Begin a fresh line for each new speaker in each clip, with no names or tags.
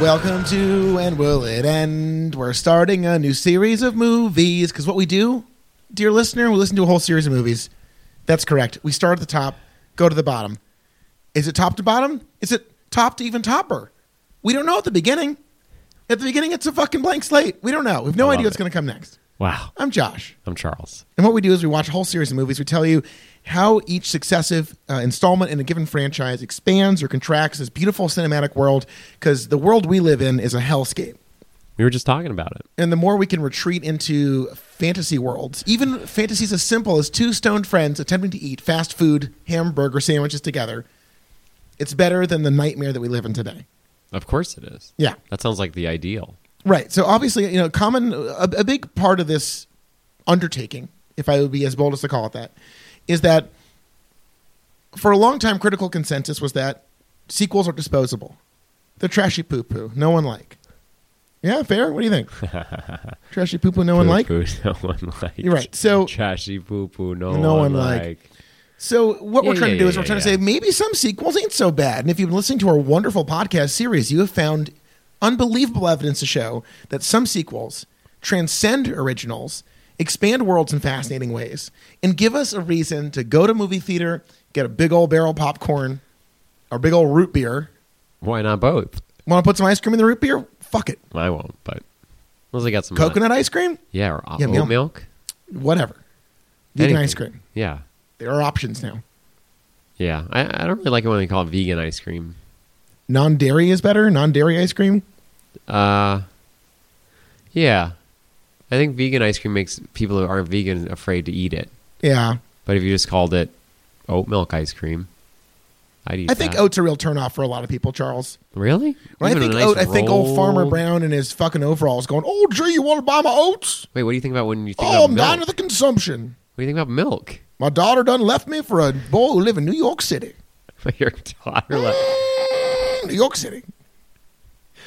Welcome to And Will It End? We're starting a new series of movies because what we do, dear listener, we listen to a whole series of movies. That's correct. We start at the top, go to the bottom. Is it top to bottom? Is it top to even topper? We don't know at the beginning. At the beginning, it's a fucking blank slate. We don't know. We have no
love
idea what's
it.
going to come next.
Wow.
I'm Josh.
I'm Charles.
And what we do is we watch a whole series of movies. We tell you how each successive uh, installment in a given franchise expands or contracts this beautiful cinematic world because the world we live in is a hellscape.
We were just talking about it.
And the more we can retreat into fantasy worlds, even fantasies as simple as two stoned friends attempting to eat fast food hamburger sandwiches together, it's better than the nightmare that we live in today.
Of course it is.
Yeah.
That sounds like the ideal.
Right. So obviously, you know, common a, a big part of this undertaking, if I would be as bold as to call it that, is that for a long time, critical consensus was that sequels are disposable. They're trashy poo poo. No one like. Yeah, fair. What do you think? trashy poo poo. No one like.
Poo-poo, no one like.
You're right. So-
trashy poo poo. No,
No
one,
one like.
like.
So what
Yeah,
we're trying
yeah,
to do
yeah,
is we're
yeah,
trying to
yeah.
say maybe some sequels ain't so bad. And if you've been listening to our wonderful podcast series, you have found unbelievable evidence to show that some sequels transcend originals, expand worlds in fascinating ways, and give us a reason to go to movie theater, get a big old barrel of popcorn, or big old root beer.
Why not both?
Want to put some ice cream in the root beer? Fuck it.
I won't, but unless I got some uh,
Coconut ice cream?
Yeah, or oat
Yeah, milk.
milk.
Whatever. Vegan
Anything.
ice cream.
Yeah.
There are options now.
Yeah. I, I don't really like it when they call it vegan ice cream.
Non dairy is better. Non dairy ice cream.
Uh, yeah. I think vegan ice cream makes people who aren't vegan afraid to eat it.
Yeah.
But if you just called it oat milk ice cream, I'd eat
I think
that.
oat's a real turnoff for a lot of people, Charles.
Really?
When I
Even a
think
nice
oat, I think old Farmer
rolled-
Brown in his fucking overalls going, "Oh, gee, you want to buy my oats?
Wait, what do you think about when you think
Oh, I'm
about milk?
dying of the consumption.
What do you think about milk?
My daughter done left me for a boy who live in New York City.
Your daughter. Like,
Mm, New York City.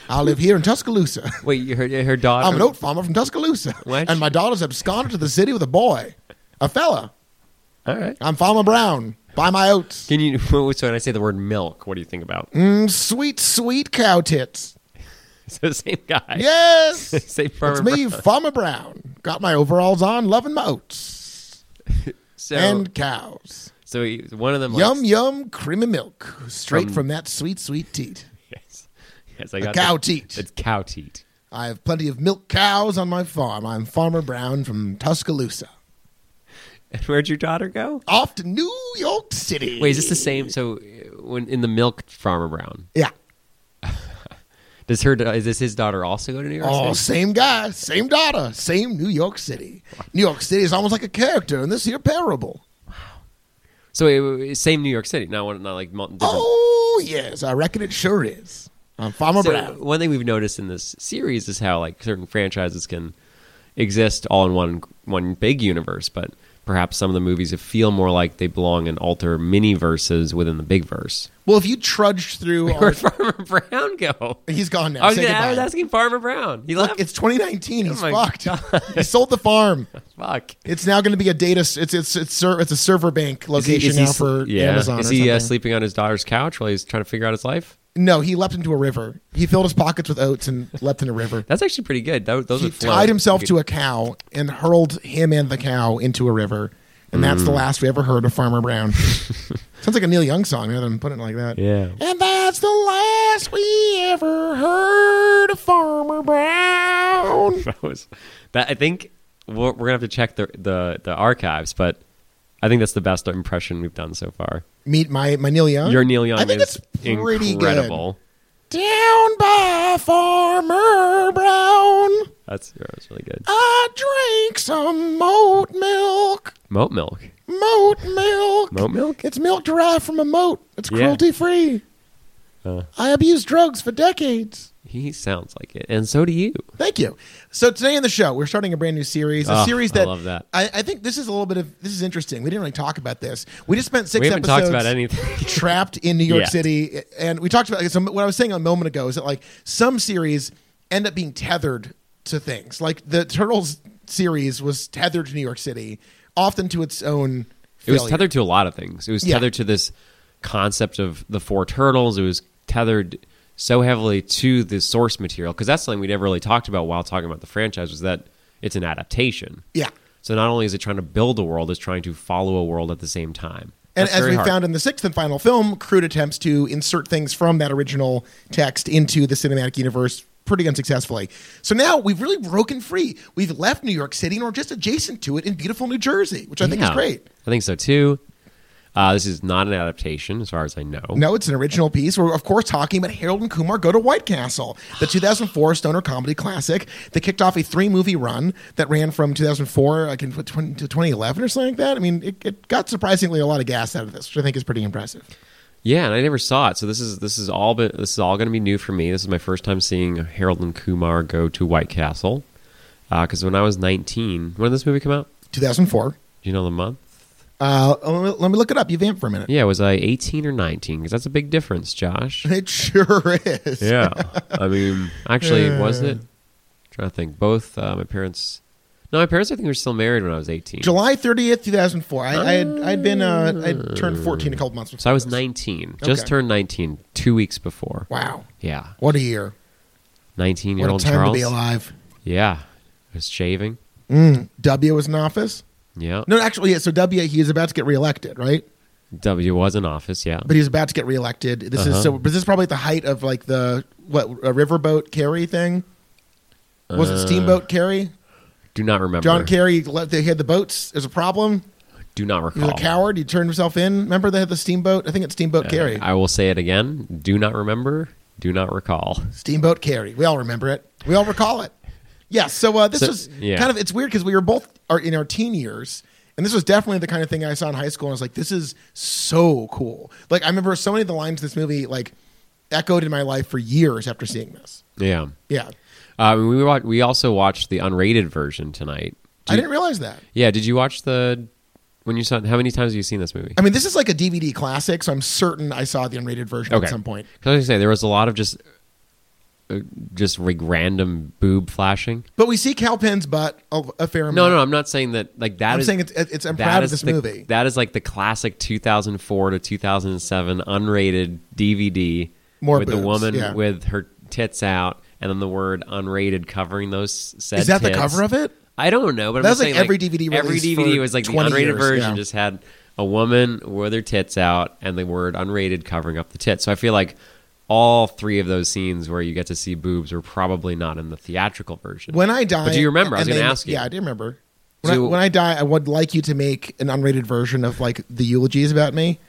I live here in Tuscaloosa.
wait, you heard her daughter.
I'm an oat farmer from Tuscaloosa,
What?
and my daughter's absconded to the city with a boy, a fella.
All right.
I'm Farmer Brown. Buy my oats.
Can you? So when I say the word milk, what do you think about?
Mm, sweet, sweet cow tits.
It's the same guy.
Yes.
Say Farmer
it's me, Farmer Brown. Got my overalls on, loving my oats
So,
and cows.
so he, one of them.
Yum
Likes,
yum, creamy milk straight
From-
from that sweet sweet teat.
yes. Yes, I
A
got
cow
that.
teat.
It's cow teat.
I have plenty of milk cows on my farm. I'm Farmer Brown from Tuscaloosa,
And where'd your daughter go?
off to New York City.
Wait, is this the same? So uh, when in the milk, Farmer Brown
yeah.
does her? da- Is this his daughter also go to New York?
Oh,
City?
same guy, same daughter, same New York City. New York City is almost like a character in this here parable.
so it, same New York City, not one, not like mul- different.
Oh, yes, I reckon it sure is. I'm Farmer
So
Brown.
one thing we've noticed in this series is how like certain franchises can exist all in one one big universe, but perhaps some of the movies feel more like they belong in alter mini verses within the big verse.
Well, if you trudged through, our,
Where'd Farmer Brown go?
he's gone now.
I was,
Say
gonna, I
goodbye.
was asking Farmer Brown. He left.
It's 2019. He's
Oh my
fucked.
God.
He sold the farm.
Fuck.
It's now going to be a data. It's it's it's ser- it's a server bank location now for
yeah.
Amazon.
Is
or
he uh,
something.
sleeping on his daughter's couch while he's trying to figure out his life?
No, he leapt into a river. He filled his pockets with oats and leapt in a river.
That's actually pretty good. Tho- those
He
would float.
tied himself
You
to a cow and hurled him and the cow into a river. And that's
Mm.
the last we ever heard of Farmer Brown. Sounds like a Neil Young song, rather than putting it like that.
Yeah.
And that's the last we ever heard of Farmer Brown.
that was that i think we're, we're gonna have to check the, the the archives but i think that's the best impression we've done so far
Meet my my Neil Young.
your neil young
I think
is
it's pretty good.
incredible
Down by Farmer Brown,
that's yeah, that's really good
I drank some moat milk.
moat milk
Moat milk.
moat milk
It's milk derived from a moat. It's
Yeah.
cruelty free.
Uh.
I abused drugs for decades.
he sounds like it and so do you
Thank you. So today in the show, we're starting a brand new series. A
Oh,
series
I
that
love that.
I, I think this is a little bit of this is interesting. We didn't really talk about this. We just spent six
we haven't
episodes
talked about anything
trapped in New York
Yeah.
City, and we talked about. So what I was saying a moment ago is that like some series end up being tethered to things. Like the Turtles series was tethered to New York City, often to its own.
it was
failure.
tethered to a lot of things it was
Yeah.
tethered to this concept of the four turtles it was tethered so heavily to the source material because that's something we never really talked about while talking about the franchise was that it's an adaptation.
Yeah.
So not only is it trying to build a world, it's trying to follow a world at the same time.
And
That's
as
very
we
hard.
found in the sixth and final film, crude attempts to insert things from that original text into the cinematic universe pretty unsuccessfully. So now we've really broken free. We've left New York City and we're just adjacent to it in beautiful New Jersey, which I think is
Yeah.
great.
I think so too. Uh, this is not an adaptation, as far as I know.
No, it's an original piece. We're, of course, talking about Harold and Kumar Go to White Castle, the 2004 stoner comedy classic that kicked off a three movie run that ran from 2004 like, in- to 2011 or something like that. I mean, it, it got surprisingly a lot of gas out of this, which I think is pretty impressive.
Yeah, and I never saw it. So this is this is all but this is all going to be new for me. This is my first time seeing Harold and Kumar go to White Castle. Because when I was 19, when did this movie come out?
2004.
Do you know the month?
Uh, let me- let me look it up. You vamp for a minute.
Yeah, was I 18 or 19? Because that's a big difference, Josh.
It sure is.
yeah, I mean, actually, was
Yeah.
it? I'm trying to think. Both uh, my parents. No, my parents. I think were still married when I was 18.
July 30th, 2004. I, I had I'd been uh, I'd turned 14 a couple months before.
So I was
this.
19. Just
Okay.
turned 19 two weeks before.
Wow.
Yeah,
What a year.
19 year
What a
old
time
Charles.
to be alive.
Yeah, I was shaving.
Mm. W was in office.
Yeah.
No, actually, yeah. So W, he was about to get reelected, right?
W was in office, yeah.
But he was about to get reelected. This
Uh-huh.
is so. But this is probably at the height of like the what a riverboat Kerry thing. Was it
Uh,
steamboat Kerry?
Do not remember.
John Kerry let they had the boats. There's a problem.
Do not
He
recall. Uh,
was a coward. He turned himself in. Remember they had the steamboat. I think it's steamboat Kerry.
I will say it again. Do not remember. Do not recall.
Steamboat Carry. We all remember it. We all recall it. Yeah. So uh, this
So-
was
yeah.
kind of it's weird because we were both are in our teen years, and this was definitely the kind of thing I saw in high school. And I was like, this is so cool. Like I remember so many of the lines in this movie like echoed in my life for years after seeing this.
Yeah.
Yeah.
Uh, we watch, we also watched the unrated version tonight.
I didn't realize that.
Yeah, did you watch the when you saw how many times have you seen this movie?
I mean, this is like a DVD classic, so I'm certain I saw the unrated version
Okay.
at some point.
Cuz I was gonna say there was a lot of just uh, just like random boob flashing.
But we see Cal Penn's butt a, a fair amount.
No, no, I'm not saying that like that
I'm
is-
saying it's, it's I'm
that
proud of
is
this
the-
movie.
That is like the classic 2004 to 2007 unrated DVD
More
with the
boobs,
woman
yeah.
with her tits out and then the word unrated covering those said
Is that the
tits.
cover of it?
I don't know, but
That
I'm
was,
just
like,
saying,
every DVD
every
release
DVD
for
was like the
20
unrated
years,
version
yeah.
just had a woman with her tits out and the word unrated covering up the tits. So I feel like all three of those scenes where you get to see boobs were probably not in the theatrical version.
When I die,
But do you remember? I was
and
gonna
they-
ask you.
Yeah, I do remember. When,
So-
I, when I die, I would like you to make an unrated version of like the eulogies about me,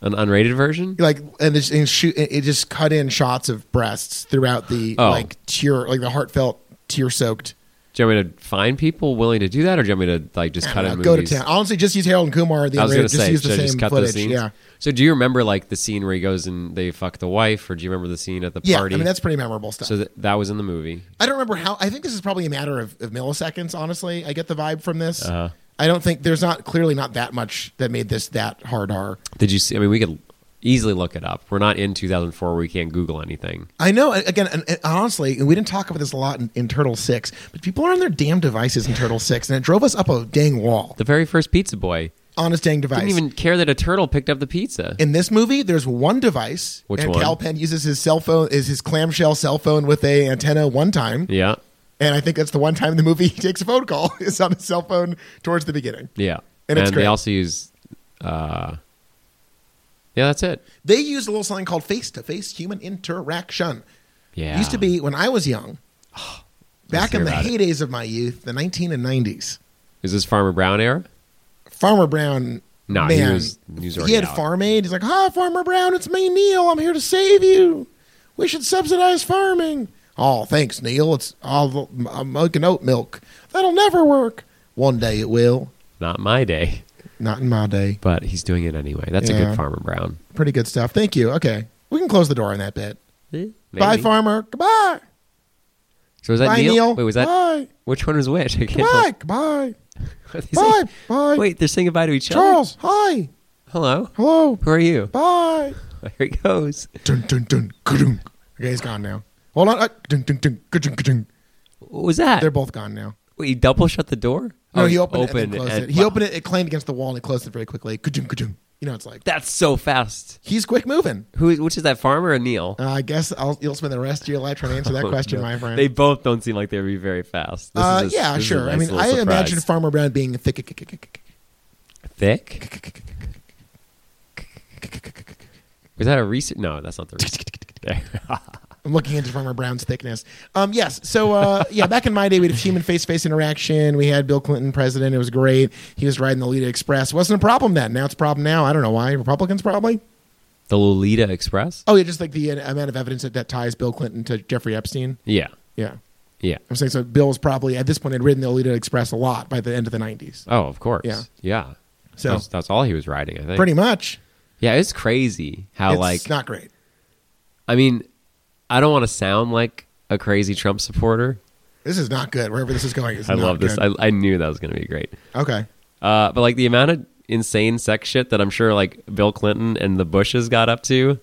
an unrated version?
like and just and shoot it it just cut in shots of breasts throughout the
Oh.
like tear, like the heartfelt, tear soaked.
Do you want me to find people willing to do that, or do you want me to like just cut in movies?
Uh, Go to town. Honestly, just use Harold and Kumar. The
I was
unrated,
gonna
just
say,
use the
should
same
I just cut those
footage.
scenes?
Yeah,
So, do you remember like the scene where he goes and they fuck the wife, or do you remember the scene at the
yeah.
party?
I mean, that's pretty memorable stuff.
so th- that was in the movie.
I don't remember how. I think this is probably a matter of, of milliseconds. Honestly, I get the vibe from this.
Uh-huh.
I don't think there's not clearly not that much that made this that hard R.
Did you see? I mean, we could easily look it up. We're not in 2004 where we can't Google anything.
I know. and Again, and, and honestly, and we didn't talk about this a lot in, in Turtle Six, but people are on their damn devices in Turtle Six, and it drove us up a dang wall
The very first Pizza Boy
on his dang device.
didn't even care that a turtle picked up the pizza.
in this movie, there's one device,
Which
and
one?
Cal Penn uses his cell phone, is his clamshell cell phone with a antenna one time,
yeah,
and I think that's the one time in the movie he takes a phone call is on his cell phone towards the beginning.
yeah,
And it's
they
great.
also use. Uh, yeah, that's it.
They use a little something called face to face human interaction.
Yeah,
It used to be when I was young, back
hear
in the
about it.
heydays of my youth, the 19 and 90s.
Is this Farmer Brown era?
Farmer Brown.
No, he
man,
was- he was already
had
out.
farm aid. He's like, "Hi, Farmer Brown, it's me, Neil. I'm here to save you. We should subsidize farming." Oh, thanks, Neil. It's all I'm making oat milk. That'll never work. One day it will.
Not my day,
Not in my day.
but he's doing it anyway. That's a
Yeah.
good Farmer Brown.
Pretty good stuff. Thank you. Okay, we can close the door on that bit. Bye,
Maybe.
Farmer. Goodbye.
So was that
Bye,
Neil?
Neil.
Wait, was that
Bye.
which one was which? I can't
Goodbye. Goodbye.
tell. Are they
Bye.
saying-
Bye.
Wait, they're saying goodbye to each
Charles. Hi.
other. Hello,
Hello.
who are you?
Bye.
There he goes.
Dun dun dun. ka-dunk. Okay, he's gone now. Hold on. Uh, Dun dun dun. ka-dunk, ka-dunk.
What was that?
They're both gone now.
Wait, he double shut the door?
No,
Oh,
he opened, it and then closed
and-
it. He
wow.
opened it. It clanged against the wall and it closed it very quickly. Ka-dung, ka-dung. You know, it's like
That's so fast.
he's quick moving.
Who? Which is that farmer or Neil?
Uh, I guess I'll, you'll spend the rest of your life trying to answer that question,
Oh, No.
my friend.
They both don't seem like they would be very fast. This
uh,
is a-
yeah,
this is a
sure. I
nice
mean,
little
I
surprise.
imagine Farmer Brown being thick.
thick. Is that a research? No, that's not the research.
I'm looking into Farmer Brown's thickness. Um, yes. So, uh, yeah, back in my day, we had human face to face interaction. We had Bill Clinton president. It was great. He was riding the Lolita Express. Wasn't a problem then. Now it's a problem now. I don't know why. Republicans probably.
the Lolita Express.
Oh, yeah, just like the uh, amount of evidence that, that ties Bill Clinton to Jeffrey Epstein.
Yeah,
Yeah.
yeah.
I'm saying so. Bill was probably, at this point, had ridden the Lolita Express a lot by the end of the 90s.
Oh, of course.
Yeah.
yeah.
So-
that's, that's all he was riding. I think.
Pretty much.
Yeah, it's crazy how
it's
like
not great.
I mean, I don't want to sound like a crazy Trump supporter.
This is not good. Wherever this is going is
I
not
love this.
good.
I, I knew that was going to be great.
okay.
Uh, but like the amount of insane sex shit that I'm sure like Bill Clinton and the Bushes got up to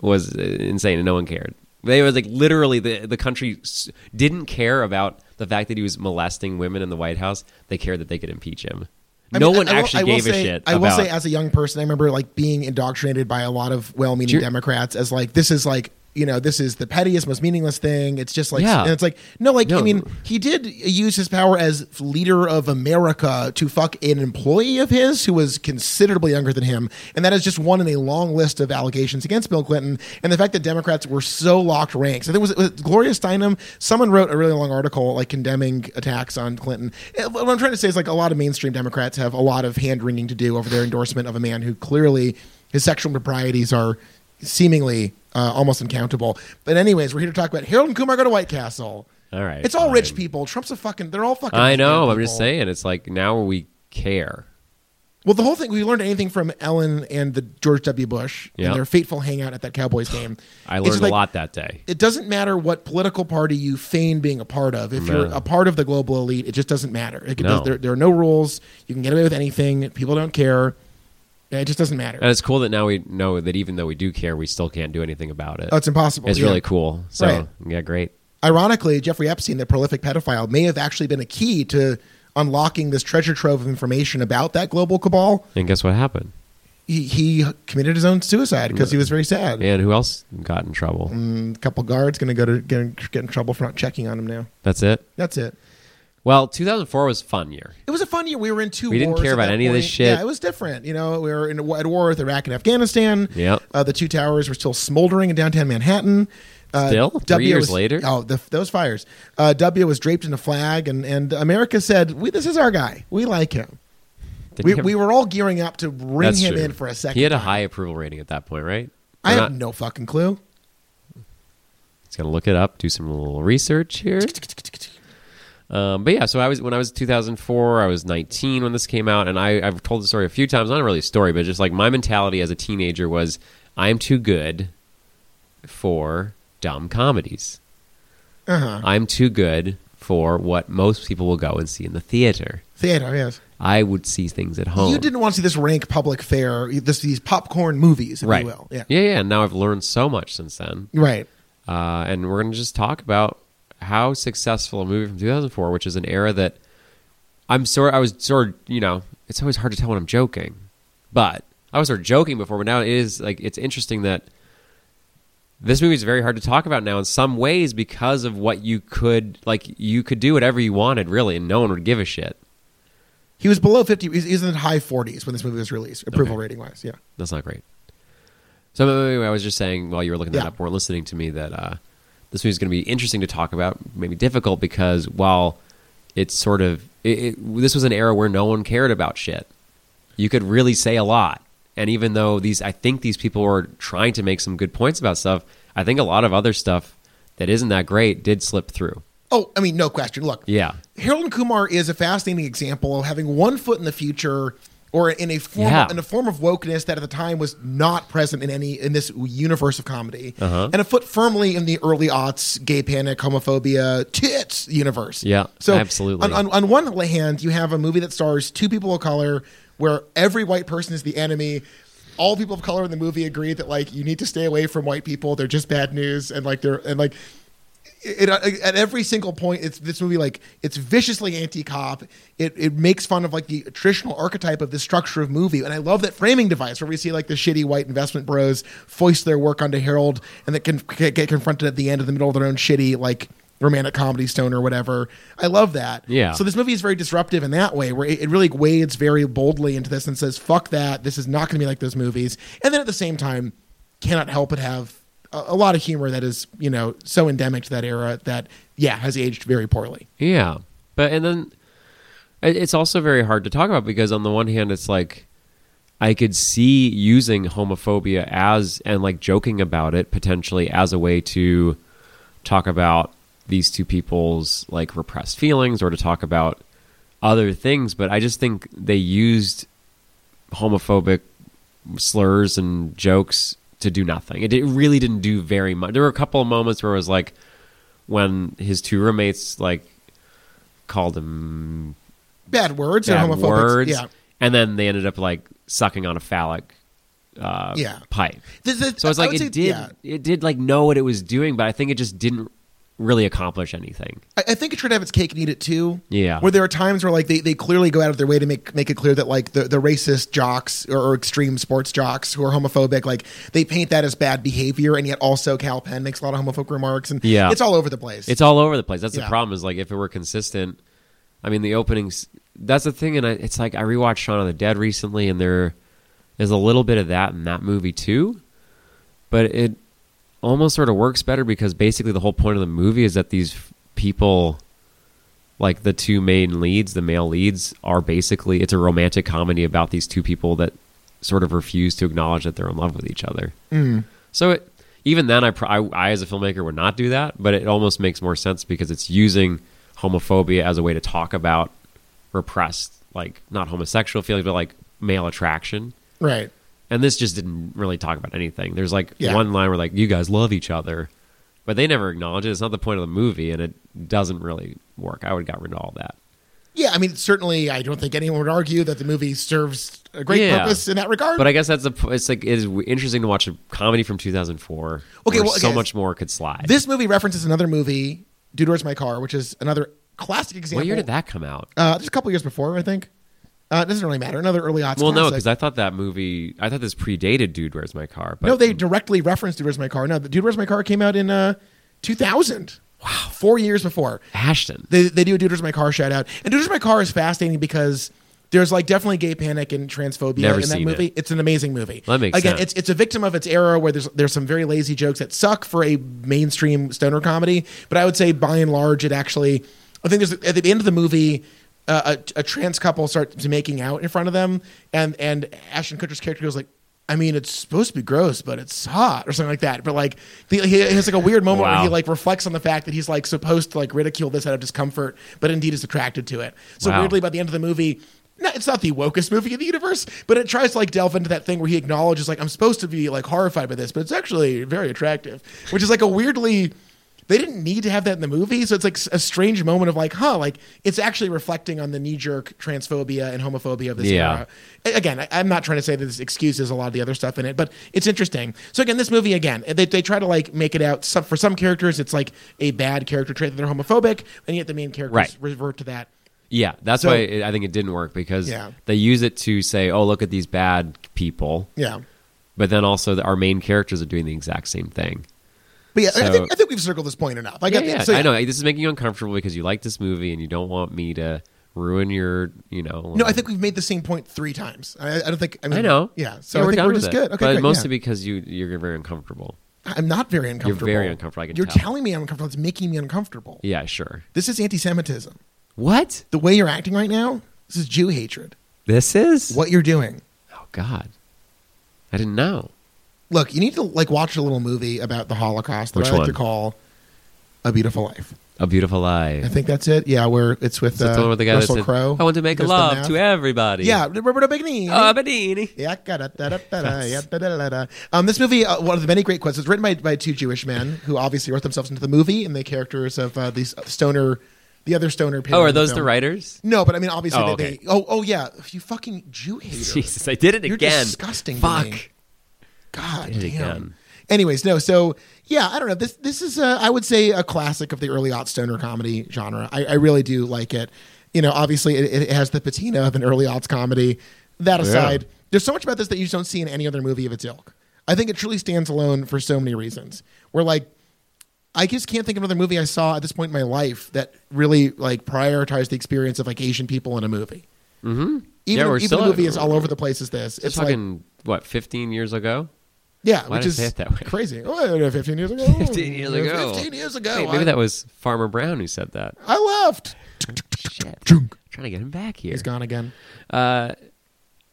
was uh, insane, and no one cared. They was like literally the the country s- didn't care about the fact that he was molesting women in the White House. They cared that they could impeach him.
I
no
mean,
one
I- I will-
actually
I will
gave
say-
a shit.
I will
about,
say, as a young person, I remember like being indoctrinated by a lot of well-meaning
Sure.
Democrats as like this is like you know this is the pettiest, most meaningless thing. It's just like
Yeah.
and it's like no, like I
No.
mean, he did use his power as leader of America to fuck an employee of his who was considerably younger than him, and that is just one in a long list of allegations against Bill Clinton. And the fact that Democrats were so locked ranks, I think it was, it was Gloria Steinem. Someone wrote a really long article like condemning attacks on Clinton. And What I'm trying to say is like a lot of mainstream Democrats have a lot of hand wringing to do over their endorsement of a man who clearly his sexual proprieties are seemingly. Uh, almost uncountable. But anyways, we're here to talk about Harold and Kumar go to White Castle.
All right,
It's all rich
fine.
people. Trump's a fucking. They're all fucking.
I
rich
know.
man
I'm just
people.
saying. It's like now we care.
Well, the whole thing. We learned anything from Ellen and the George W. Bush
Yeah.
and their fateful hangout at that Cowboys game.
I
It's
learned
just like,
a lot that day.
It doesn't matter what political party you feign being a part of. If you're
No.
a part of the global elite, it just doesn't matter. It
No.
does, there, there are no rules. You can get away with anything. People don't care. It just doesn't matter.
And it's cool that now we know that even though we do care, we still can't do anything about it.
oh, it's impossible.
It's
Yeah.
really cool. So
Right.
yeah, great.
Ironically, Jeffrey Epstein, the prolific pedophile, may have actually been a key to unlocking this treasure trove of information about that global cabal.
And guess what happened?
he, he committed his own suicide because he was very sad.
And who else got in trouble?
Mm, couple guards going to go to get in, get in trouble for not checking on him now.
That's it.
That's it.
Well, 2004 was a fun year.
It was a fun year. We were in two.
We didn't
wars
care
at
about
that
any of this
point.
shit.
Yeah, it was different. You know, we were in, at war with Iraq and Afghanistan.
Yep.
Uh, the two towers were still smoldering in downtown Manhattan. Uh,
Still? Three
W
years
was-
later?
Oh, the, those fires. Uh, w was draped in a flag, and and America said, "We this is our guy. We like him."
Did
We,
he have-
we were all gearing up to ring
That's
him
true.
in for a second.
He had a
time.
high approval rating at that point, right?
I
Or
have
not?
no fucking clue.
He's gonna look it up, do some little research here. Um, but yeah, so I was when I was 2004, I was 19 when this came out, and I, I've told the story a few times. Not really a story, but just like my mentality as a teenager was, I'm too good for dumb comedies.
Uh huh.
I'm too good for what most people will go and see in the theater.
Theater, yes.
I would see things at home.
You didn't want to see this rank public fare, this these popcorn movies, if
right?
you will. Yeah.
yeah, yeah. And now I've learned so much since then,
Right.
uh, and we're going to just talk about how successful a movie from 2004, which is an era that I'm sort. I was sort. of, You know, it's always hard to tell when I'm joking, but I was sort of joking before. But now it is like it's interesting that this movie is very hard to talk about now in some ways because of what you could like. You could do whatever you wanted, really, and no one would give a shit.
He was below 50, he's he's in the high 40s when this movie was released, approval rating wise. Yeah.
That's not great. So anyway, I was just saying while you were looking that
Yeah.
up or listening to me that uh, this movie's going to be interesting to talk about, maybe difficult because while it's sort of it, it, this was an era where no one cared about shit. You could really say a lot, and even though these, I think these people were trying to make some good points about stuff. I think a lot of other stuff that isn't that great did slip through.
Oh, I mean, no question. Look,
Yeah,
Harold and Kumar is a fascinating example of having one foot in the future or in a form
Yeah.
in a form of wokeness that at the time was not present in any in this universe of comedy
Uh-huh.
and a foot firmly in the early aughts gay panic homophobia tits universe
Yeah,
so
absolutely.
on, on, on one hand you have a movie that stars two people of color where every white person is the enemy all people of color in the movie agree that like you need to stay away from white people they're just bad news and like they're and like it, it- at every single point, it's this movie like it's viciously anti-cop. It it makes fun of like the traditional archetype of the structure of movie, and I love that framing device where we see like the shitty white investment bros foist their work onto Harold, and that can get get confronted at the end in the middle of their own shitty like romantic comedy stone or whatever. I love that.
Yeah.
So this movie is very disruptive in that way, where it, it really wades very boldly into this and says, "Fuck that! This is not going to be like those movies." And then at the same time, cannot help but have a, a lot of humor that is, you know, so endemic to that era that yeah has aged very poorly.
Yeah, but and then it- it's also very hard to talk about because on the one hand, it's like I could see using homophobia as and like joking about it potentially as a way to talk about these two people's like repressed feelings or to talk about other things, but I just think they used homophobic slurs and jokes to do nothing. It, it really didn't do very much. There were a couple of moments where it was like when his two roommates like called him
Bad words
bad
or homophobic.
words,
Yeah.
and then they ended up like sucking on a phallic uh,
Yeah.
pipe.
This- this-
So it's
I
like
would
it
say-
did
yeah.
it did like know what it was doing, but I think it just didn't really accomplish anything.
I, I think it should have its cake and eat it too.
Yeah.
Where there are times where like they, they clearly go out of their way to make make it clear that like the, the racist jocks or, or extreme sports jocks who are homophobic, like they paint that as bad behavior and yet also Cal Penn makes a lot of homophobic remarks and
Yeah.
it's all over the place.
It's all over the place. That's
Yeah.
the problem. Is like if it were consistent, I mean the openings. That's the thing, and I, it's like I rewatched Shaun of the Dead recently, and there is a little bit of that in that movie too, but it almost sort of works better because basically the whole point of the movie is that these f- people, like the two main leads, the male leads, are basically it's a romantic comedy about these two people that sort of refuse to acknowledge that they're in love with each other. So it, even then, I, pr- I I as a filmmaker would not do that, but it almost makes more sense because it's using homophobia as a way to talk about repressed, like not homosexual feelings, but like male attraction.
right.
And this just didn't really talk about anything. There's like
Yeah.
one line where like you guys love each other, but they never acknowledge it. It's not the point of the movie, and it doesn't really work. I would have got rid of all that.
Yeah, I mean certainly I don't think anyone would argue that the movie serves a great
Yeah.
purpose in that regard.
But I guess that's the p- it's like it is w- interesting to watch a comedy from 2004.
Okay,
where
well,
so
okay,
much more could slide.
this movie references another movie, Dude Where's My Car, which is another classic example.
what year did that come out?
Uh, just a couple years before, I think. Uh, it doesn't really matter. Another early aughts.
Well, no,
classic.
because I thought that movie. I thought this predated Dude Where's My Car. But
no, they directly referenced Dude Where's My Car. No, the Dude Where's My Car came out in uh, 2000. Wow. Four years before.
Ashton.
They, they do a Dude Where's My Car shout out. And Dude Where's My Car is fascinating because there's like definitely gay panic and transphobia
Never
in that
seen
movie.
it.
It's an amazing movie.
That makes
Again,
sense.
it's it's a victim of its era where there's there's some very lazy jokes that suck for a mainstream stoner comedy. But I would say by and large, it actually. I think there's at the end of the movie. Uh, a, a trans couple starts making out in front of them, and and Ashton Kutcher's character goes like, "I mean, it's supposed to be gross, but it's hot," or something like that. But like, the, he he has like a weird moment where
Wow.
he like reflects on the fact that he's like supposed to like ridicule this out of discomfort, but indeed is attracted to it. So
Wow.
weirdly, by the end of the movie, no, it's not the wokest movie in the universe, but it tries to like delve into that thing where he acknowledges like I'm supposed to be like horrified by this, but it's actually very attractive, which is like a weirdly they didn't need to have that in the movie, so it's like s- a strange moment of like, huh, like it's actually reflecting on the knee jerk transphobia and homophobia of this
Yeah.
era. A- Again, I, I'm not trying to say that this excuses a lot of the other stuff in it, but it's interesting. So again, this movie again, they, they try to like make it out. Some, for some characters, it's like a bad character trait that they're homophobic, and yet the main characters
Right.
revert to that.
Yeah, that's
So-
why it, I think it didn't work because
Yeah.
they use it to say, "Oh, look at these bad people,"
Yeah.
but then also the, our main characters are doing the exact same thing.
But yeah, I,
So-
think, I think we've circled this point enough. I
Yeah,
got
yeah,
so
I know this is making you uncomfortable because you like this movie and you don't want me to ruin your, you know. um,
No, I think we've made the same point three times. I, I don't think. I mean,
I know.
Yeah. So
Yeah,
I think
done
we're
with
just
it.
good. Okay.
but
great,
mostly
yeah.
because you you're very uncomfortable.
I'm not very uncomfortable.
very uncomfortable, I can
You're
tell.
telling me I'm uncomfortable. It's making me uncomfortable.
Yeah, sure.
This is anti-Semitism.
What
The way you're acting right now, this is Jew hatred.
this is?
What you're doing.
Oh God, I didn't know.
Look, you need to like watch a little movie about the Holocaust that
Which
I like to
one?
call "A Beautiful Life."
A Beautiful
I
Lie.
think that's it. Yeah, where it's with,
That's
uh,
the one with the guy
Russell
that said,
Crowe.
I want to make
Does the
love
math.
to everybody.
Yeah, Roberto Benigni.
Oh, Abadini.
Yeah, da- da- da- da- da- yeah, da- da- da- da. Um, this movie, uh, one of the many great quotes, was written by, by two Jewish men who obviously wrote themselves into the movie and the characters of uh, these stoner, the other stoner. pair
Oh, are
in
those the
film.
writers?
No, but I mean, obviously,
Oh,
they,
okay.
they. Oh, oh yeah, you fucking Jew hater.
Jesus, I did it
You're
again.
disgusting to
Fuck.
me. God
Did it
damn.
again.
Anyways, no. So yeah, I don't know. This this is uh, I would say a classic of the early aught stoner comedy genre. I, I really do like it. You know, obviously it, it has the patina of an early aughts comedy. That aside, there's so much about this that you just don't see in any other movie of its ilk. I think it truly stands alone for so many reasons. Where like I just can't think of another movie I saw at this point in my life that really like prioritized the experience of like Asian people in a movie. Mm-hmm. Even,
Yeah, we're
even
still-
the movie is all over the place as this.
It's
It's like
talking what 15 years ago.
yeah,
Why
which
did I
is
say it that way?
crazy. Oh, yeah, fifteen years ago.
15 years ago.
Fifteen years ago.
Wait,
Oh, I,
maybe that was Farmer Brown who said that.
I left.
Shit.
Chunk.
Trying to get him back here.
He's gone again.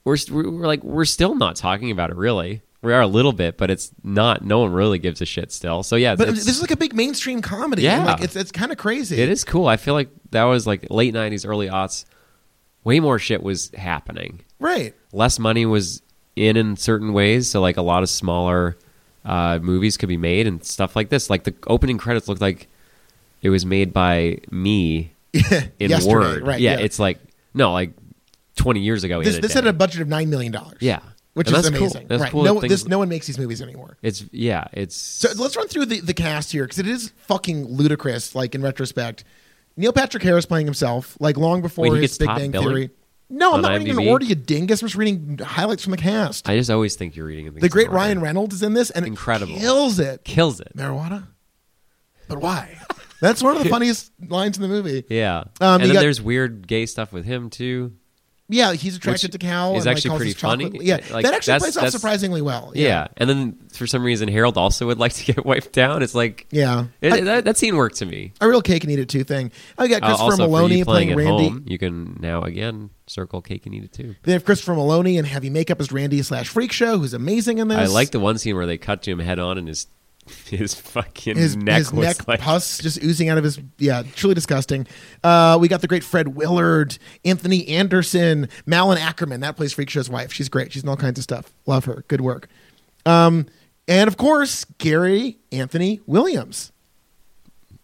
We're, st- we're like we're still not talking about it really. We are a little bit, but it's not. No one really gives a shit still. So yeah,
But
it's-
this is like a big mainstream comedy.
Yeah.
and, like, it's it's kind of crazy.
It is cool. I feel like that was like late '90s, early aughts. Way more shit was happening.
right.
Less money was in in certain ways, so like a lot of smaller uh, movies could be made and stuff like this. Like the opening credits looked like it was made by me in
Yesterday,
Word.
right,
Yeah,
yeah.
it's like no, like 20 years ago.
This
in a
this
day.
had a budget of nine million dollars.
Yeah.
which
And
is
that's cool.
amazing.
That's
right.
cool
No,
that things-
this no one makes these movies anymore.
it's yeah, it's
So let's run through the, the cast here because it is fucking ludicrous. Like in retrospect, Neil Patrick Harris playing himself like long before
Wait, he
his
gets
Big
top
Bang
billing
Theory. No, I'm
on
not reading an
IMDb?
order, you dingus. I'm just reading highlights from the cast.
I just always think you're reading. things
the great
in order.
Ryan Reynolds is in this, and
Incredible.
it kills it.
kills it.
Marijuana, but why? That's one of the funniest lines in the movie.
Yeah,
Um,
and
you
then
got-
there's weird gay stuff with him too.
Yeah, he's attracted
Which
to Cal.
is
and, like,
actually
calls
pretty
his chocolate-
funny.
Yeah,
Like,
that actually
that's-
plays out
that's-
surprisingly well.
Yeah. and then for some reason Harold also would like to get wiped down. It's like
yeah.
it,
I-
that, that scene worked to me.
a real cake and eat it too thing. I got
Uh,
Christopher
also, for
Maloney
you
playing,
playing, at
Randy.
home, you can now again circle cake and eat it too.
They have Christopher Maloney and heavy makeup as Randy slash Freak Show, who's amazing in this.
I like the one scene where they cut to him head on and his his fucking
his
neck
his
was
neck
like
pus just oozing out of his. Yeah, truly disgusting. Uh, we got the great Fred Willard, Anthony Anderson, Malin Ackerman. That plays Freak Show's wife. She's great. She's in all kinds of stuff. Love her. Good work. Um, and of course Gary Anthony Williams.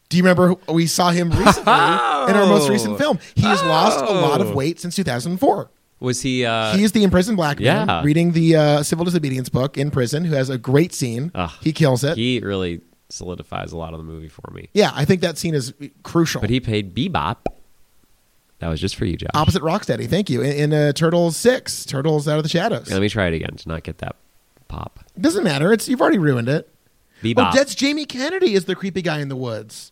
Do you remember who- we saw him recently in our most recent film? He has lost a lot of
Oh.
weight since 2004.
was he uh
he is the imprisoned black man
yeah.
reading the uh, civil disobedience book in prison who has a great scene
Ugh.
he kills it
he really solidifies a lot of the movie for me.
yeah i think that scene is crucial
But he paid Bebop. That was just for you, Josh.
opposite rocksteady thank you in, in uh, turtles 6 turtles out of the shadows
Let me try it again to not get that pop.
doesn't matter it's you've already ruined it
Bebop.
oh that's jamie kennedy is the creepy guy in the woods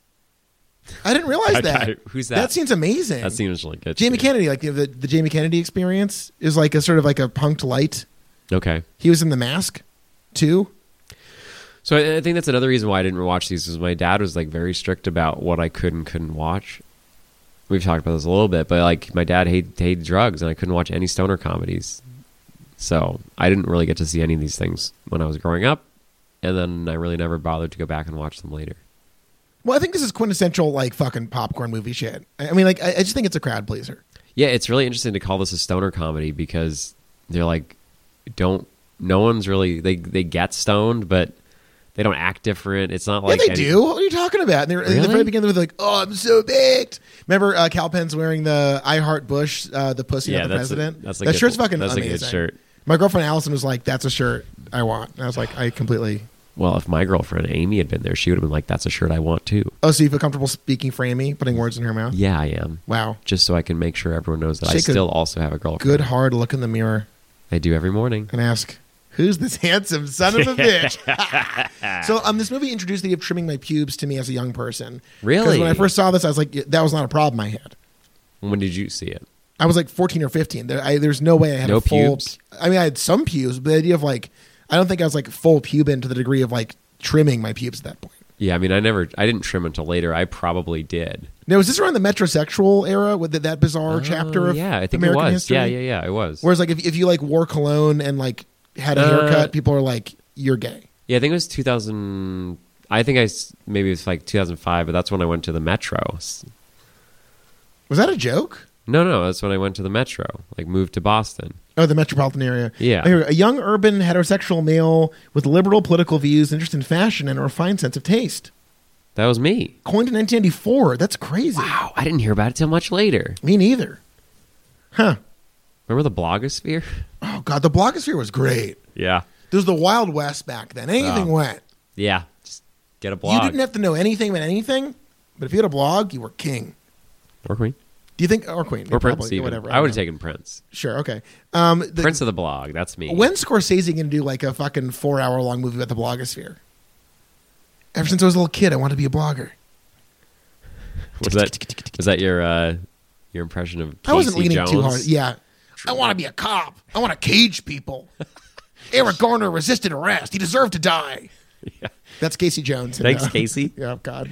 i didn't realize
That
that
guy- who's that?
that scene's amazing
that scene was really good.
jamie
too.
kennedy like you know, the, the jamie kennedy experience is like a sort of like a punked light
Okay.
he was in the mask too
So I, I think that's another reason why I didn't watch these is my dad was like very strict about what I could and couldn't watch. We've talked about this a little bit, but like my dad hate hated drugs and I couldn't watch any stoner comedies. So I didn't really get to see any of these things when I was growing up, and then I really never bothered to go back and watch them later.
Well, I think this is quintessential like fucking popcorn movie shit. I I mean, like I, I just think it's a crowd pleaser.
Yeah, it's really interesting to call this a stoner comedy because they're like, don't no one's really they they get stoned, but they don't act different. It's not like
yeah, they
any-
do. What are you talking about? And they're in the
Really?
very beginning with like, "Oh, I'm so baked." Remember, uh, Cal Penn's wearing the "I Heart Bush," uh, the pussy,
Yeah,
not the
that's a-
president.
that's a
that
good-
shirt's fucking
that's a good
amazing.
shirt.
My girlfriend Allison was like, "That's a shirt I want." And I was like, "I completely."
Well, if my girlfriend Amy had been there, she would have been like, "That's a shirt I want too."
Oh, so you feel comfortable speaking for Amy, putting words in her mouth?
Yeah, I am.
Wow,
Just so I can make sure everyone knows that I
Take a
still also have a girlfriend.
good hard look in the mirror
I do every morning.
and ask, "Who's this handsome son of a bitch?" so, um, this movie introduced the idea of trimming my pubes to me as a young person. 'Cause
Really?
When I first saw this, I was like, "That was not a problem I had."
When did you see it?
I was like 14 or 15. There, I, there's no way I had
No
a full.
pubes?
I mean, I had some pubes, but the idea of like, I don't think I was like full pubin to the degree of like trimming my pubes at that point.
Yeah, I mean, I never, I didn't trim until later. I probably did.
Now, was this around the metrosexual era with that that bizarre chapter
Oh,
of
yeah, I think
American
it was.
history?
Yeah, yeah, yeah, it was.
Whereas like if, if you like wore cologne and like had a
Uh,
haircut, people are like, you're gay.
yeah, I think it was 2000. I think I s- maybe it was like 2005, but that's when I went to the metro. S-
Was that a joke?
No, no, that's when I went to the metro. Like moved to Boston.
Oh, the metropolitan area.
Yeah.
Oh, here we go. A young urban heterosexual male with liberal political views, interest in fashion, and a refined sense of taste.
That was me.
Coined in 1994. That's crazy.
Wow, I didn't hear about it till much later.
Me neither. Huh.
Remember the blogosphere?
Oh god, the blogosphere was great.
Yeah.
There was the Wild West back then. Anything
Oh.
went.
Yeah, just get a
You
blog.
didn't have to know anything about anything, but if you had a blog, you were king.
or Queen.
Do you think or queen
Or Prince,
probably,
even.
whatever?
I would have
don't
taken Prince.
know. sure. Okay. Um, the,
Prince of the blog. That's me.
When Scorsese gonna do like a fucking four hour long movie about the blogosphere? Ever since I was a little kid, I wanted to be a blogger.
was that? Was that your uh, your impression of? Casey
I wasn't leaning
Jones?
too hard. Yeah, I want to be a cop. I want to cage people. Eric Garner resisted arrest. He deserved to die.
Yeah.
That's Casey Jones.
Thanks,
Yeah.
Casey.
Yeah, God.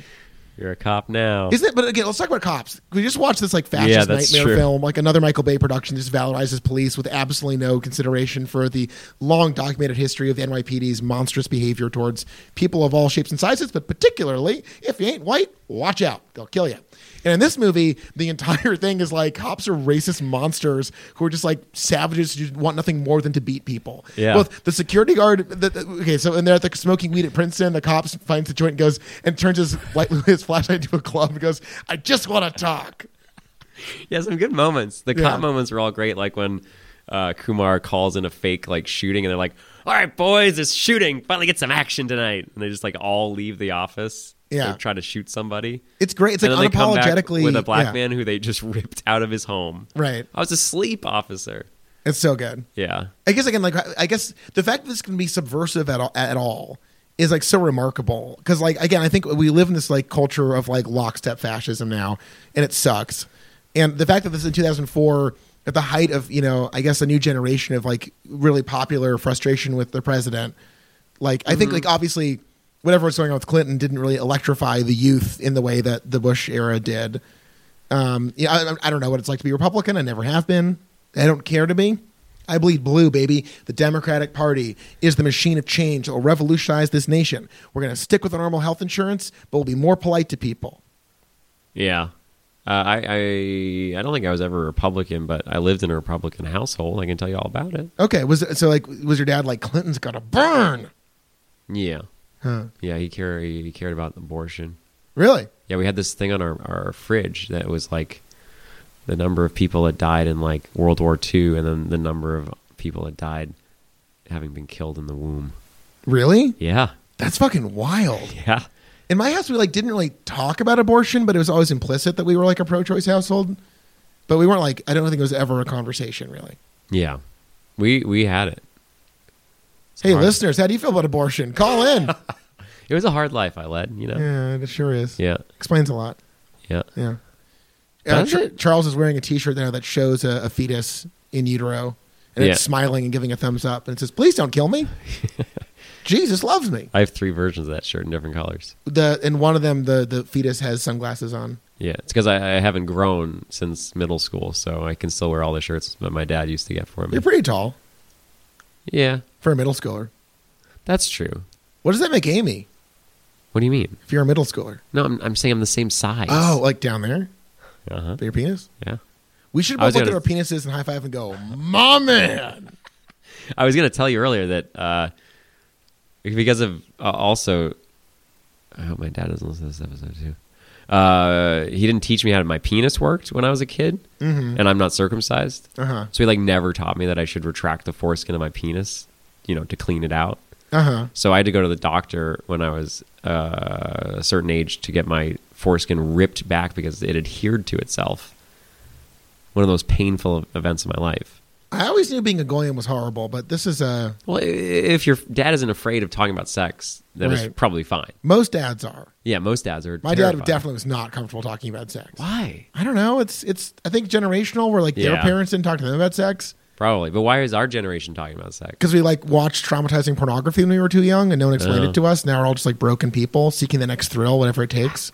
You're a cop now.
Isn't it? But again, let's talk about cops. We just watched this like fascist
Yeah, that's
nightmare
true.
film, like another Michael Bay production, just valorizes police with absolutely no consideration for the long documented history of the NYPD's monstrous behavior towards people of all shapes and sizes, but particularly if you ain't white, watch out, they'll kill you. And in this movie, the entire thing is like cops are racist monsters who are just like savages who want nothing more than to beat people.
Yeah.
Both the security guard. The, the- okay, so and they're at the smoking weed at Princeton. The cops finds the joint, and goes and turns his light, his flashlight into a club, and goes, "I just want to talk."
Yeah, some good moments. The
Yeah.
cop moments were all great. Like when uh, Kumar calls in a fake like shooting, and they're like, "All right, boys, it's shooting. Finally, get some action tonight." And they just like all leave the office.
Yeah.
to try to shoot somebody.
It's great. It's
And
like
then they come back
unapologetically
with a black
yeah,
man who they just ripped out of his home.
Right.
I was a sleep officer.
It's so good.
Yeah,
I guess again, like I guess the fact that this can be subversive at all, at all is like so remarkable because like again, I think we live in this like culture of like lockstep fascism now, and it sucks. And the fact that this is in 2004 at the height of you know I guess a new generation of like really popular frustration with the president, like I
Mm-hmm.
think like obviously whatever was going on with Clinton didn't really electrify the youth in the way that the Bush era did. Um, yeah, I, I- I don't know what it's like to be Republican. I never have been. I don't care to be. I bleed blue, baby. The Democratic Party is the machine of change that will revolutionize this nation. We're going to stick with our normal health insurance, but we'll be more polite to people.
yeah. Uh, I, I I don't think I was ever a Republican, but I lived in a Republican household. I can tell you all about it.
Okay, was so like was your dad like Clinton's got to burn?
Yeah,
Huh.
yeah. He cared. He cared about abortion.
Really?
Yeah, we had this thing on our, our fridge that was like the number of people that died in like World War II and then the number of people that died having been killed in the womb.
Really?
Yeah.
That's fucking wild.
Yeah.
In my house, we like didn't really talk about abortion, but it was always implicit that we were like a pro-choice household. But we weren't like I don't think it was ever a conversation really.
Yeah. We we had it. It's
Hey,
hard.
listeners, how do you feel about abortion? Call in.
It was a hard life I led, you know. Yeah.
yeah, it sure is.
Yeah.
Explains a lot.
Yeah.
Yeah. Uh,
Does
Char-
it?
Charles is wearing a T-shirt there that shows a, a fetus in utero, and
Yeah.
it's smiling and giving a thumbs up, and it says, "Please don't kill me. Jesus loves me."
I have three versions of that shirt in different colors.
The and one of them, the the fetus has sunglasses on.
Yeah, it's because I, I haven't grown since middle school, so I can still wear all the shirts that my dad used to get for me.
You're pretty tall
yeah,
for a middle schooler.
that's true.
What does that make Amy?
What do you mean?
If you're a middle schooler,
No, I'm, I'm saying I'm the same size.
oh, like down there,
uh-huh.
your penis.
yeah.
We should
I was
both look at
gonna-
our penises and high five and go, "My man."
I was going to tell you earlier that uh, because of uh, also, I hope my dad doesn't listen to this episode too. Uh, he didn't teach me how my penis worked when I was a kid,
Mm-hmm.
and I'm not circumcised,
Uh huh.
so he like never taught me that I should retract the foreskin of my penis, you know, to clean it out.
Uh huh.
So I had to go to the doctor when I was uh, a certain age to get my foreskin ripped back because it adhered to itself. One of those painful e-, events of my life.
I always knew being a goyim was horrible, but this is uh,
Well, i- if your dad isn't afraid of talking about sex, then it's
Right.
probably fine.
most dads are.
Yeah, most dads are.
My
terrified.
dad definitely was not comfortable talking about sex.
Why?
I don't know. It's it's I think generational. Where like their
Yeah.
parents didn't talk to them about sex
Probably, but why is our generation talking about sex?
because we like watched traumatizing pornography when we were too young and no one explained
Oh.
it to us. Now we're all just like broken people seeking the next thrill, whatever it takes.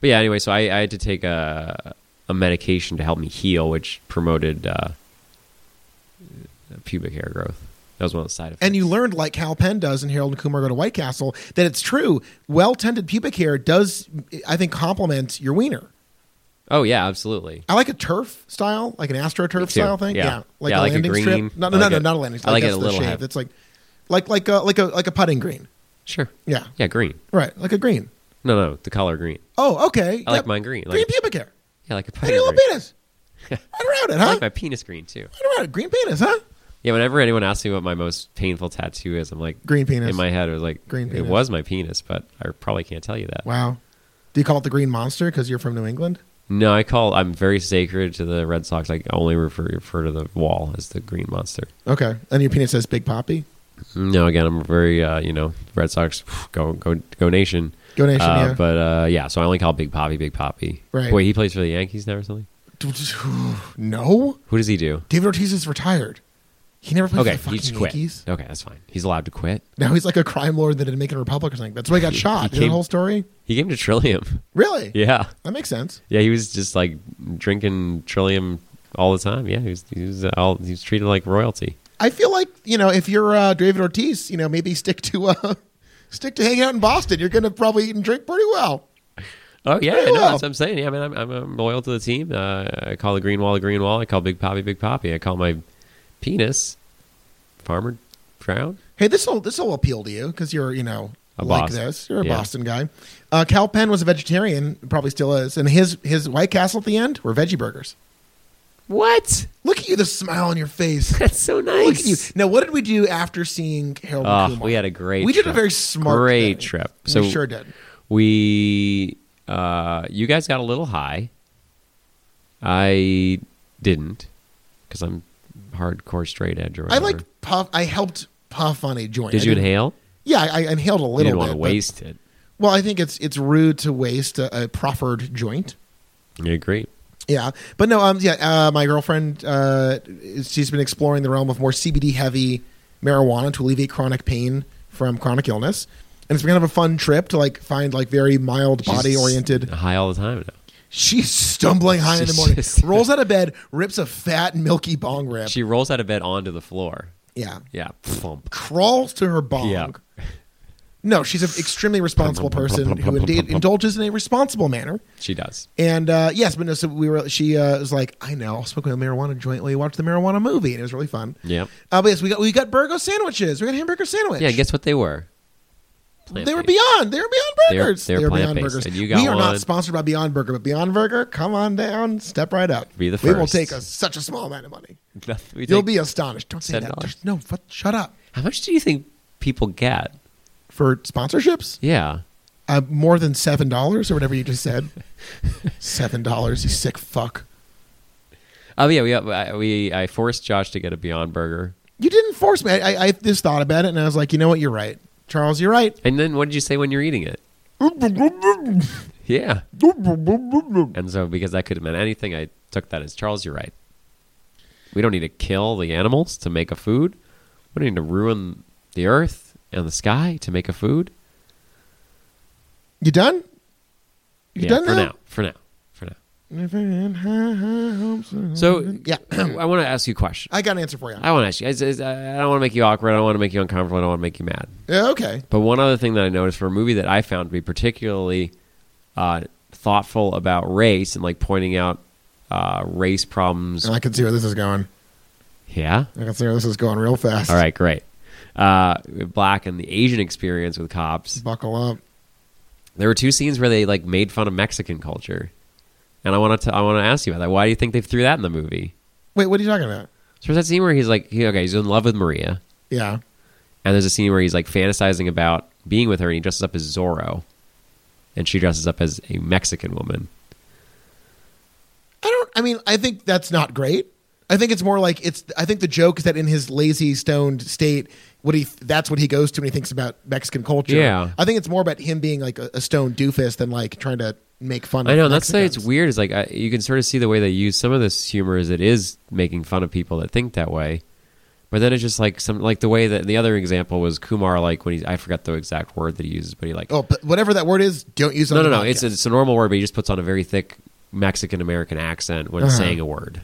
But yeah, anyway, so I, I had to take a a medication to help me heal, which promoted uh, pubic hair growth. That was one of the side effects.
And you learned, like Hal Penn does in Harold and Kumar Go to White Castle, that it's true. Well tended pubic hair does, I think, complement your wiener.
oh yeah, absolutely.
I like a turf style, like an astroturf
too.
style thing.
Yeah.
Yeah, like
Yeah,
a
like a
landing
green.
strip. No,
I
no,
like
no,
it.
no, not a landing strip.
I like it
That's
a
the
little
shape.
heavy.
It's like, like, like a, like a, like a putting green.
Sure.
Yeah,
Yeah, green.
right, like a green.
No, no, the color green.
Oh, okay.
I like mine green, like-
Green pubic hair.
Yeah, like a
Tiny
putting
little
green.
penis. right around it,
I
huh?
like my penis green too.
Right around it. Green penis, huh?
Yeah, whenever anyone asks me what my most painful tattoo is, I'm like
Green penis.
In my head, it was like
Green
It
penis.
was my penis, but I probably can't tell you that.
Wow. Do you call it the Green Monster because you're from New England?
No, I call. I'm very sacred to the Red Sox. I only refer refer to the wall as the Green Monster.
Okay. And your penis says Big Poppy?
No, again, I'm very uh, you know Red Sox go go go nation.
Go Nation,
Uh,
yeah.
But uh, yeah, so I only call Big Poppy Big Poppy.
Right.
Wait, he plays for the Yankees now or something.
no?
Who does he do?
David Ortiz is retired. He never played
Okay,
for the
he just
fucking
quit.
Yankees.
Okay, that's fine. He's allowed to quit.
Now he's like a crime lord in the Dominican Republic or something. That's why he got shot. Is that
came-
the whole story?
He came to Trillium.
Really?
Yeah,
That makes sense.
yeah. He was just like drinking Trillium all the time. Yeah, he was he was uh, all he was treated like royalty.
I feel like, you know, if you're uh, David Ortiz, you know, maybe stick to uh, stick to hanging out in Boston. You're going to probably eat and drink pretty well.
Oh yeah,
Very
no,
well.
that's what I'm saying. Yeah, I mean, I'm, I'm, I'm loyal to the team. Uh, I call the green wall a green wall. I call Big Poppy Big Poppy. I call my penis Farmer Brown.
Hey, this will this will appeal to you because you're you know
A
like
Boston.
this. You're a
Yeah.
Boston guy. Uh, Cal Penn was a vegetarian, probably still is, and his his White Castle at the end were veggie burgers.
What?
Look at you, the smile on your face.
That's so nice.
Look at you. Now, what did we do after seeing Harold? and
Ah,
Kumar?
we had a great
We did a
trip.
very smart,
Great
thing.
trip.
We
So-
sure did.
We, uh, you guys got a little high. I didn't, because I'm hardcore straight edge or
I
whatever.
like puff. I helped puff on a joint.
Did
I
you
didn't-
inhale?
Yeah, I, I inhaled a little
You didn't
bit.
want to
but-
waste it.
Well, I think it's it's rude to waste a, a proffered joint.
I agree.
Yeah, but no, um, yeah, uh, my girlfriend, uh, she's been exploring the realm of more CBD heavy marijuana to alleviate chronic pain from chronic illness, and it's been kind of a fun trip to like find like very mild
She's
body oriented.
High all the time now.
She's stumbling high in the morning,
She's-
rolls out of bed, rips a fat milky bong rip.
She rolls out of bed onto the floor.
yeah,
Yeah. Plump.
crawls to her bong.
Yeah.
No, she's an extremely responsible person who indeed indulges in a responsible manner.
She does.
And uh, yes, but no, so we were. She uh, was like, "I know, I'll smoke a marijuana joint while you watch the marijuana movie," and it was really fun.
Yeah.
Uh, but yes, we got we got burger sandwiches. We got hamburger sandwich.
Yeah, guess what they were?
they were
Plant-based.
beyond. They were beyond
They're-
burgers.
they're
were beyond
plant-based,
burgers.
and you got
we are
one.
not sponsored by Beyond Burger, but Beyond Burger, come on down, step right up.
Be the
We will
first.
take a, such a small amount of money.
We
You'll
think-
be astonished. Don't say that.
$10.
There's- No, f- shut up.
How much do you think people get?
For sponsorships,
Yeah.
uh, more than seven dollars or whatever you just said. seven dollars, you sick fuck.
Oh yeah, we I- we I forced Josh to get a Beyond Burger,
You didn't force me. I, I, I just thought about it and I was like, you know what? You're right, Charles. You're right.
and then what did you say when you're eating it? Yeah. And so because that could have meant anything, I took that as Charles. You're right. We don't need to kill the animals to make a food. We don't need to ruin the earth and the sky to make a food.
You done? You
yeah,
done
for
now?
now. For now. For now.
I
So
Mm-hmm. Yeah.
I want to ask you a question.
got an answer for you.
I want to ask you. It's, it's, I don't want to make you awkward. I don't want to make you uncomfortable. I don't want to make you mad.
Yeah, okay.
But one other thing that I noticed for a movie that I found to be particularly uh, thoughtful about race and like pointing out uh, race problems.
I can see where this is going.
Yeah.
I can see where this is going real fast.
All right. Great. Uh, black and the Asian experience with cops.
Buckle up.
There were two scenes where they like made fun of Mexican culture, and I want to I want to ask you about that. Why do you think they threw that in the movie?
Wait, what are you talking about?
So there's that scene where he's like, he, okay, he's in love with Maria,
Yeah.
and there's a scene where he's like fantasizing about being with her, and he dresses up as Zorro, and she dresses up as a Mexican woman.
I don't, I mean, I think that's not great. I think it's more like it's, I think the joke is that in his lazy, stoned state, what he, that's what he goes to when he thinks about Mexican culture.
Yeah.
I think it's more about him being like a, a stoned doofus than like trying to make fun of
I know. and That's why it's
Mexicans.
weird. Is like I, you can sort of see the way they use some of this humor is it is making fun of people that think that way, but then it's just like some like the way that the other example was Kumar like when he I forgot the exact word that he uses, but he like
Oh, but whatever that word is, don't use it.
no
on
no
the
no it's
podcast.
it's a normal word, but he just puts on a very thick Mexican American accent when
Uh-huh.
saying a word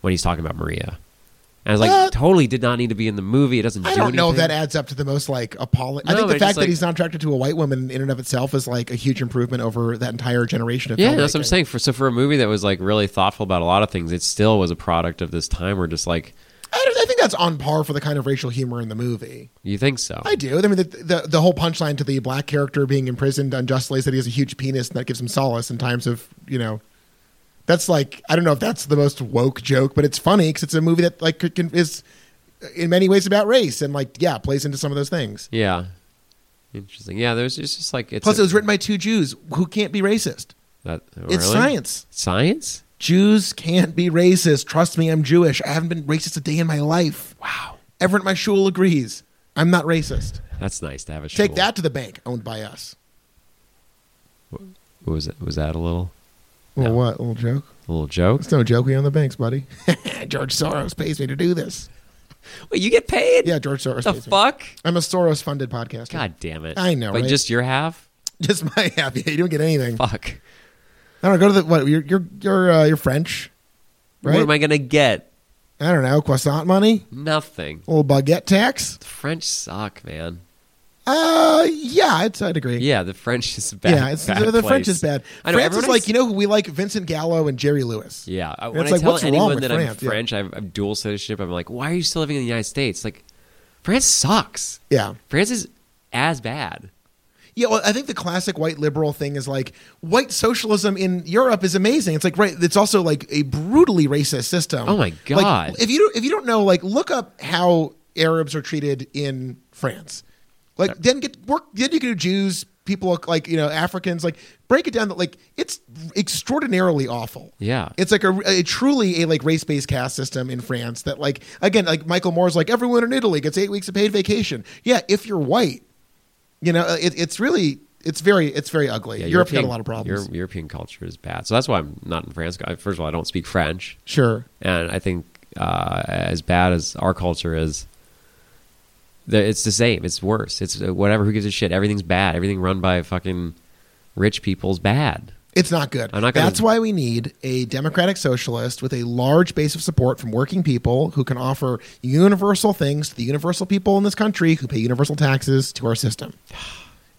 when he's talking about Maria. And I was like,
Uh,
totally did not need to be in the movie. It doesn't.
I
do
don't know if
anything.
that adds up to the most like appalling. I
No,
think
but
the
it's
fact
like-
that he's not attracted to a white woman in and of itself is like a huge improvement over that entire generation of.
Yeah, that's what I'm
filmmaking.
saying. For so for a movie that was like really thoughtful about a lot of things, it still was a product of this time. Where just like
I, don't- I think that's on par for the kind of racial humor in the movie.
you think so.
I do. I mean, the the, the whole punchline to the black character being imprisoned unjustly is that he has a huge penis and that gives him solace in times of you know. That's like I don't know if that's the most woke joke, but it's funny because it's a movie that like could- can, is in many ways about race and like yeah plays into some of those things.
Yeah. Interesting. Yeah, there's it's just like it's
Plus,
a-
it was written by two Jews who can't be racist.
that-
It's
Oh, really?
science.
Science?
Jews can't be racist. Trust me, I'm Jewish. I haven't been racist a day in my life.
Wow.
Everett Mishul agrees. I'm not racist.
That's nice to have a show.
Take that to the bank, owned by us.
was it was that a little
Well,
No.
what? little joke?
a little joke?
It's no joke. We own the banks, buddy. George Soros pays me to do this.
Wait, you get paid?
Yeah, George Soros.
The
pays me.
fuck?
I'm a Soros funded podcaster.
God damn it.
I know,
But
right?
just your half?
Just my happy. You don't get anything.
Fuck.
I don't know. Go to the what? You're you're you're, uh, you're French, right?
What am I gonna get?
I don't know. Croissant money,
Nothing.
little baguette tax.
The French suck, man.
Uh, yeah, I'd, I'd agree.
Yeah, the French is a bad.
yeah, it's,
bad
the, the French
place.
is bad.
I know,
France is
everyone
like
is-
you know who we like Vincent Gallo and Jerry Lewis.
Yeah, I-
And
when
it's
I
like,
tell
what's wrong
anyone
with
that I'm
France? Yeah.
French, I've, I've dual citizenship. I'm like, why are you still living in the United States? Like, France sucks.
Yeah.
France is as bad.
Yeah, well, I think the classic white liberal thing is like white socialism in Europe is amazing. It's like right, it's also like a brutally racist system.
Oh, my
Like,
God.
if you don't, if you don't know, like look up how Arabs are treated in France. Like then get work. Then you can do Jews, people look like you know Africans. Like break it down. That like it's extraordinarily awful.
Yeah.
it's like a, a truly a like race based caste system in France. That like again, like Michael Moore's like everyone in Italy gets eight weeks of paid vacation. Yeah, if you're white you know it, it's really it's very it's very ugly
Yeah,
europe's got
European-
a lot of problems
Euro- European culture is bad, so that's why I'm not in France. I- First of all, I don't speak French,
sure
and I think uh, as bad as our culture is, the- it's the same. It's worse. It's uh, whatever. Who gives a shit? Everything's bad. Everything run by fucking rich people's bad.
it's not good
I'm not gonna-
that's why we need a democratic socialist with a large base of support from working people who can offer universal things to the universal people in this country who pay universal taxes to our system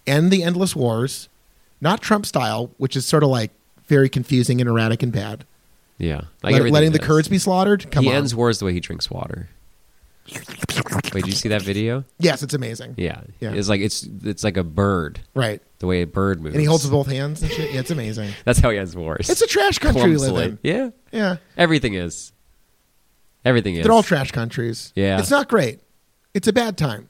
end the endless wars not trump style which is sort of like very confusing and erratic and bad
Yeah,
Let-
everything
letting the
does.
kurds be slaughered come
he
on
ends wars the way he drinks water. Wait, did you see that video?
yes it's amazing
Yeah.
Yeah.
It's like it's it's like a bird,
right
the way a bird moves.
and he holds with both hands and shit yeah it's amazing
That's how he ends wars.
it's a trash country we live
Clumsily.
in
Yeah,
yeah
everything is. Everything is.
They're all trash countries.
Yeah.
It's not great. It's a bad time.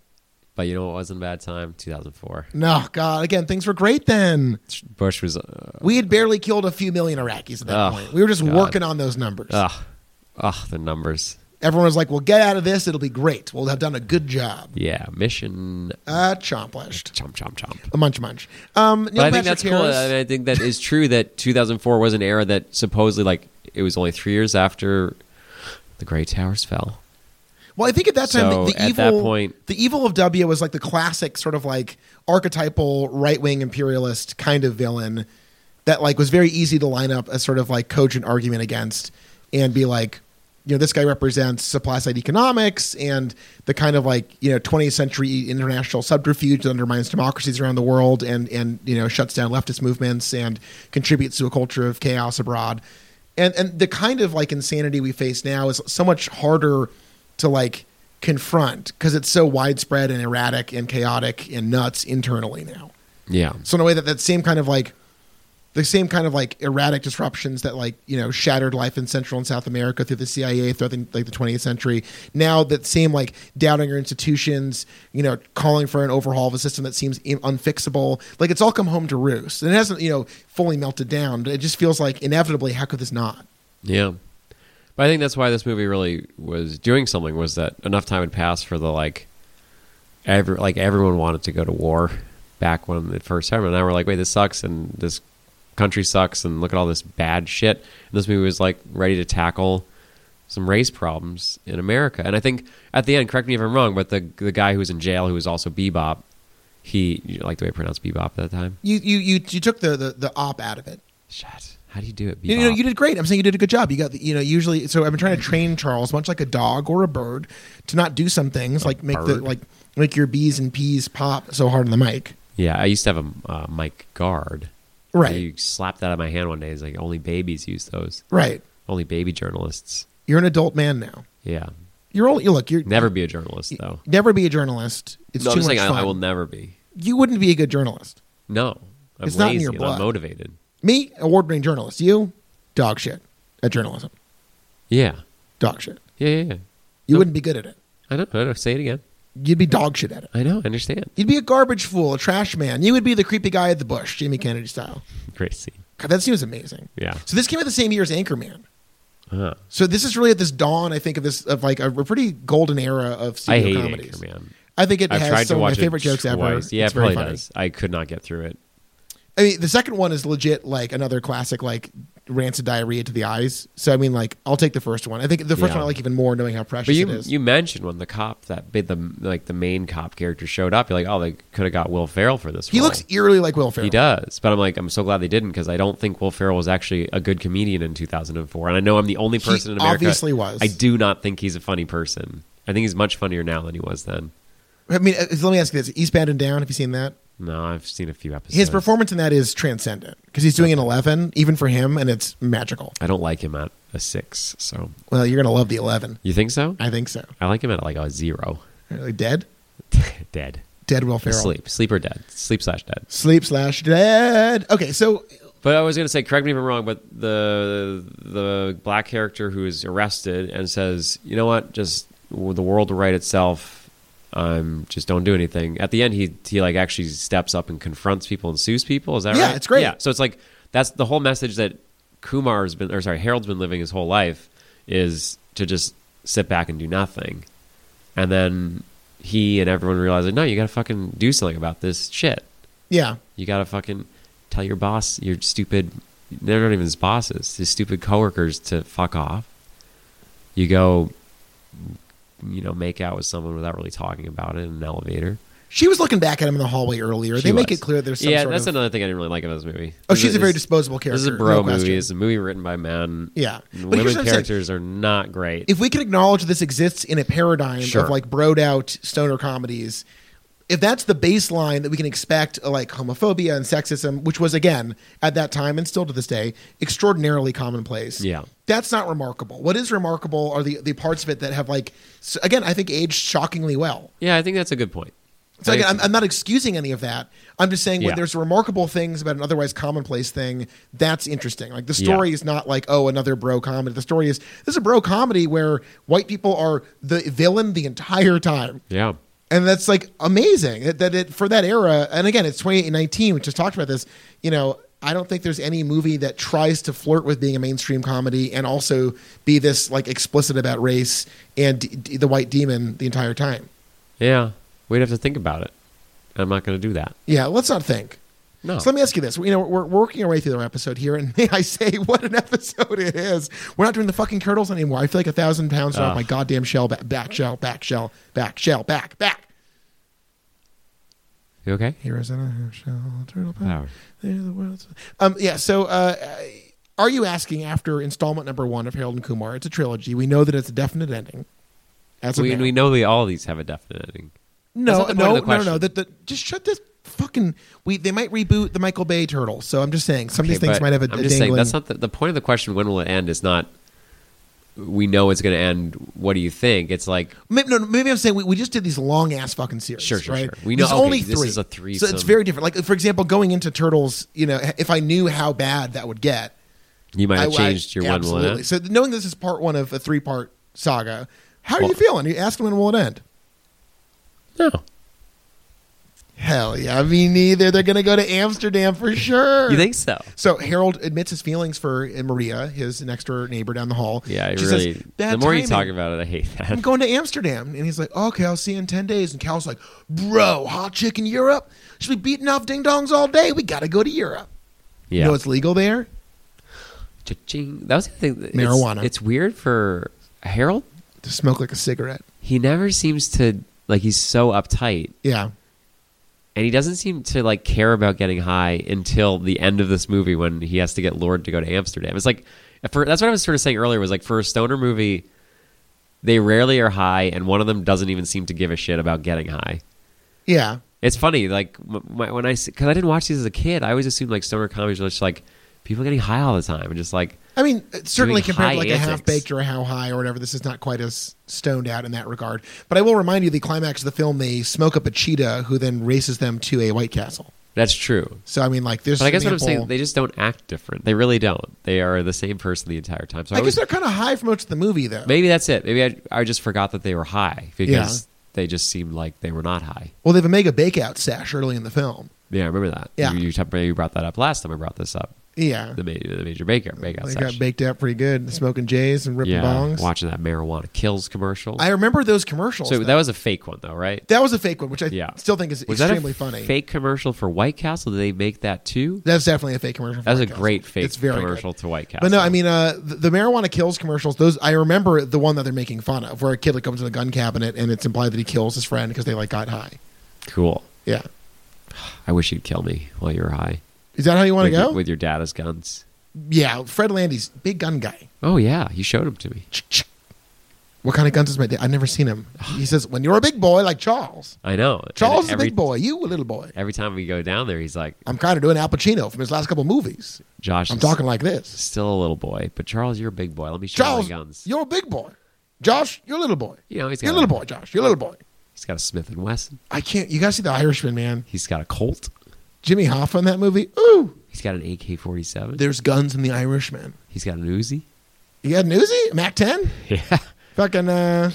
But you know what wasn't a bad time? 2004.
No, God. Again, things were great then.
Bush was. Uh,
We had barely killed a few million Iraqis at that
Ugh,
point. We were just
God.
working on those numbers.
ugh, ugh, the numbers.
Everyone was like, we'll get out of this. It'll be great. We'll have done a good job.
Yeah, mission.
Uh, chomplished.
Chomp chomp chomp.
A munch munch. Um, Neil
but I think
Patrick
that's cool.
Harris-
I, mean, I think that is true that 2004 was an era that supposedly, like, it was only three years after the Gray Towers fell.
Well, I think at that time
So,
the, the
at
evil
that point-
the evil of W was like the classic sort of like archetypal right wing imperialist kind of villain that like was very easy to line up a sort of like cogent argument against and be like, you know, this guy represents supply side economics and the kind of like, you know, twentieth century international subterfuge that undermines democracies around the world and and you know shuts down leftist movements and contributes to a culture of chaos abroad. And and the kind of like insanity we face now is so much harder to like confront because it's so widespread and erratic and chaotic and nuts internally now.
Yeah.
So in a way that that same kind of like the same kind of like erratic disruptions that like you know shattered life in Central and South America through the CIA throughout the, like the 20th century. Now that same like doubting our institutions, you know, calling for an overhaul of a system that seems in- unfixable. Like it's all come home to roost, and it hasn't you know fully melted down. But it just feels like inevitably, how could this not?
Yeah. But I think that's why this movie really was doing something was that enough time had passed for the like every like everyone wanted to go to war back when it first happened. And now we're like, wait, this sucks and this country sucks and look at all this bad shit. And this movie was like ready to tackle some race problems in America. And I think at the end, correct me if I'm wrong, but the the guy who was in jail who was also Bebop, he you like the way I pronounced Bebop at that time?
You you you, you took the, the the op out of it.
Shit. How do you do it? Bebop.
You
Mm.
know, you did great. I'm saying you did a good job. You got, the, you know, usually. So I've been trying to train Charles, much like a dog or a bird, to not do some things like make the
bird?
like make your bees and peas pop so hard on the mic.
Yeah, I used to have a uh, mic guard.
Right.
You slapped that out of my hand one day. It's like only babies use those.
Right.
Only baby journalists.
You're an adult man now.
Yeah.
You're only. You look. You're
Never be a journalist though.
never be a journalist. It's
no, I'm
too
just
much
saying
fun.
I, I will never be.
you wouldn't be a good journalist.
No, I'm
It's
lazy
not in your
and
blood.
I'm motivated.
Me, award-winning journalist. You, dog shit at journalism.
Yeah.
Dog shit.
Yeah. Yeah. yeah.
You
No.
wouldn't be good at it.
I don't know. I don't- Say it again.
You'd be dog shit at it.
I know. I understand.
You'd be a garbage fool, a trash man. You would be the creepy guy at the bush, Jimmy Kennedy style.
Great scene.
God, that seems amazing.
Yeah. Uh-huh.
So this came out the same year as Anchorman.
Huh.
So this is really at this dawn, I think, of this of like a, pretty golden era of
I
studio
hate
comedies.
Anchorman.
I think it
I've tried
has
to
some of my
watch
favorite
it
jokes ever.
twice. Yeah,
It's
it
very
probably
funny.
does. I could not get through it.
I mean, the second one is legit like another classic, like rancid diarrhea to the eyes. So I mean, like I'll take the first one. I think the first
Yeah.
one I like even more, knowing how precious
But you
it is.
you mentioned when the cop that made the like the main cop character showed up, you're like, oh, they could have got Will Ferrell for this.
he
role.
looks eerily like Will Ferrell.
Oh. He does, but I'm like, I'm so glad they didn't because I don't think Will Ferrell was actually a good comedian in 2004, and I know I'm the only
He
person in America.
obviously was.
I do not think he's a funny person. I think he's much funnier now than he was then.
I mean, uh, let me ask you this: Eastbound and Down. Have you seen that?
No, I've seen a few episodes.
His performance in that is transcendent because he's doing an eleven, even for him, and it's magical.
I don't like him at a six. So
Well, you're gonna love the eleven.
you think so?
I think so.
I like him at like a zero.
Like dead,
dead.
dead Will Ferrell.
Sleep. Sleep or dead. Sleep slash dead.
Sleep slash dead. Okay, so
But I was going to say, correct me if I'm wrong, but the the black character who is arrested and says, "You know what? Just the world will right itself. Um, just don't do anything." At the end, he he like actually steps up and confronts people and sues people. Is that
Yeah,
right?
it's great.
Yeah. So it's like that's the whole message that Kumar's been, or sorry, Harold's been living his whole life is to just sit back and do nothing, and then he and everyone realizes, no, you got to fucking do something about this shit.
yeah,
You gotta fucking tell your boss, your stupid, they're not even his bosses, his stupid coworkers to fuck off. You go, you know, make out with someone without really talking about it in an elevator.
she was looking back at him in the hallway earlier.
She
they make
was.
it clear there's some
yeah.
sort
that's
of.
another thing I didn't really like about this movie.
oh,
This
she's
is-
a very disposable character.
This is a bro
no question.
movie. It's a movie written by men.
Yeah.
And
But here's what
women
I'm saying.
characters are not great.
if we can acknowledge this exists in a paradigm
Sure.
of like broed out stoner comedies, if that's the baseline that we can expect, uh, like homophobia and sexism, which was again at that time and still to this day extraordinarily commonplace.
Yeah.
that's not remarkable. What is remarkable are the the parts of it that have like s again, I think aged shockingly well.
yeah, I think that's a good point.
So
I
again, I'm,
think-
I'm not excusing any of that. I'm just saying
Yeah.
when there's remarkable things about an otherwise commonplace thing, that's interesting. Like the
Yeah.
story is not like oh another bro comedy. The story is this is a bro comedy where white people are the villain the entire time,
yeah.
and that's like amazing that, that it for that era. And again, it's 2019, we just talked about this. You know, I don't think there's any movie that tries to flirt with being a mainstream comedy and also be this like explicit about race and d- d- the white demon the entire time.
Yeah. We'd have to think about it. I'm not going to do that.
Yeah, let's not think.
No.
So let me ask you this. You know, we're, we're working our way through our episode here, and may I say what an episode it is. We're not doing the fucking turtles anymore. I feel like a thousand pounds are off
Ugh.
my goddamn shell, back, back shell, back shell, back shell, back, back.
you okay?
Heroes in a shell, turtle power.
Power.
They're the world's. Um, yeah, so uh, are you asking after installment number one of Harold and Kumar? It's a trilogy. We know that it's a definite ending. As of
We,
now.
we know they all these have a definite ending. That's
No,
not the point
no, no,
of the
no, no.
question.
That the, just shut this fucking. We they might reboot the Michael Bay turtle. So I'm just saying some of these
Okay,
things
but
might have a,
I'm
a
just saying
dangling-
that's not the, the point of the question. When will it end? Is not we know it's going to end. What do you think? It's like
Maybe, no, no, maybe I'm saying we, we just did these long ass fucking series.
Sure, sure,
right?
sure. We know-
There's
okay,
only
this
three.
is a
So it's
threesome.
very different. Like for example, going into Turtles, you know, if I knew how bad that would get,
you might
I
have
would-
changed your one will it
absolutely.
end.
So knowing this is part one of a three part saga, how are
Well-
you feeling? Are you asking when will it end?
No,
Hell yeah, me neither. They're gonna go to Amsterdam for sure.
you think so?
So Harold admits his feelings for uh, Maria, his next door neighbor down the hall.
Yeah, I
She
really.
says,
the
"Bad
more you
timing.
talk about it, I hate
I'm
that.
going to Amsterdam, and he's like, "Okay, I'll see you in ten days." And Cal's like, "Bro, hot chick in Europe? She'll be beating off ding dongs all day. We got to go to Europe.
Yeah,
You know it's legal there.
Cha-ching. that was the thing. It's-
Marijuana.
It's, weird for Harold.
To smoke like a cigarette.
He never seems to like. He's so uptight,
Yeah,
and he doesn't seem to like care about getting high until the end of this movie when he has to get lured to go to Amsterdam. It's like for, that's what I was sort of saying earlier was like for a stoner movie, they rarely are high, and one of them doesn't even seem to give a shit about getting high.
yeah,
It's funny, like m- my, when I because I didn't watch these as a kid, I always assumed like stoner comedies were just like people getting high all the time and just like
I mean, it's certainly
Doing
compared to
high
like a
antics.
half baked or a how high or whatever, this is not quite as stoned out in that regard. But I will remind you, the climax of the film, they smoke up a cheetah, who then races them to a White Castle.
That's true.
So I mean, like there's.
But I guess what I'm
example-
saying, they just don't act different. They really don't. They are the same person the entire time. So I,
I guess
always,
they're kind of high for most of the movie, though.
maybe that's it. Maybe I, I just forgot that they were high because they just seemed like they were not high.
Well, they have a mega bakeout sash early in the film.
Yeah, I remember that.
Yeah.
You, you, t- you brought that up last time I brought this up.
Yeah,
The, ma- the major baker makeout
they
sesh.
got baked out pretty good, smoking J's and ripping
yeah,
bongs.
watching that marijuana kills commercial.
I remember those commercials.
so
though.
that was a fake one though, right?
that was a fake one, which I
Yeah.
still think is
Was
extremely
that a
funny.
fake commercial for White Castle? Did they make that too?
That's definitely a fake commercial. for
That was a
White Castle.
great fake
It's very
commercial
good.
to White Castle.
But no, I mean uh, the, the marijuana kills commercials. Those I remember the one that they're making fun of, where a kid like comes in a gun cabinet and it's implied that he kills his friend because they like got high.
cool.
Yeah,
I wish you'd kill me while you were high.
is that how you want to
with,
go?
Your, with your dad's guns.
yeah, Fred Landy's big gun guy.
Oh yeah, he showed them to me.
What kind of guns is my dad? I've never seen him. He says, "When you're a big boy like Charles,
I know.
Charles
And
is a
every,
big boy, you a little boy."
Every time we go down there, he's like,
I'm kind of doing Al Pacino from his last couple movies.
Josh.
I'm
is
talking like this.
Still a little boy, but Charles, you're a big boy. Let me show
Charles,
you my guns.
you're a big boy. Josh, you're a little boy.
You know, he's
You're
got
a little boy, Josh. You're a little boy.
He's got a Smith and Wesson.
I can't. You gotta see the Irishman, man.
He's got a Colt.
Jimmy Hoffa in that movie. Ooh,
He's got an AK-47.
there's guns in the Irishman.
He's got an Uzi.
You got an Uzi, Mac Ten,
Yeah.
fucking. Uh,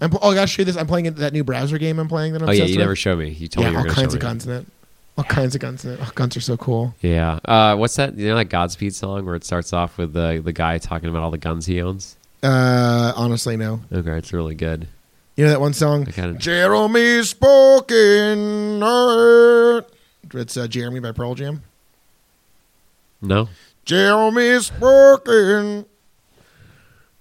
I'm. Oh, I gotta show you this. I'm playing that new browser game. I'm playing that. I'm
Oh yeah,
obsessed
you
with.
never showed me. You told
Yeah,
me you
all
were gonna show
kinds of
me.
guns in it. All kinds of guns in it. Oh, guns are so cool.
Yeah. Uh, what's that? You know that Godspeed song where it starts off with the the guy talking about all the guns he owns.
Uh, honestly, no.
Okay, it's really good.
You know that one song?
I kinda-
Jeremy spoken. Word. It's uh, Jeremy by Pearl Jam.
No.
Jeremy spoken.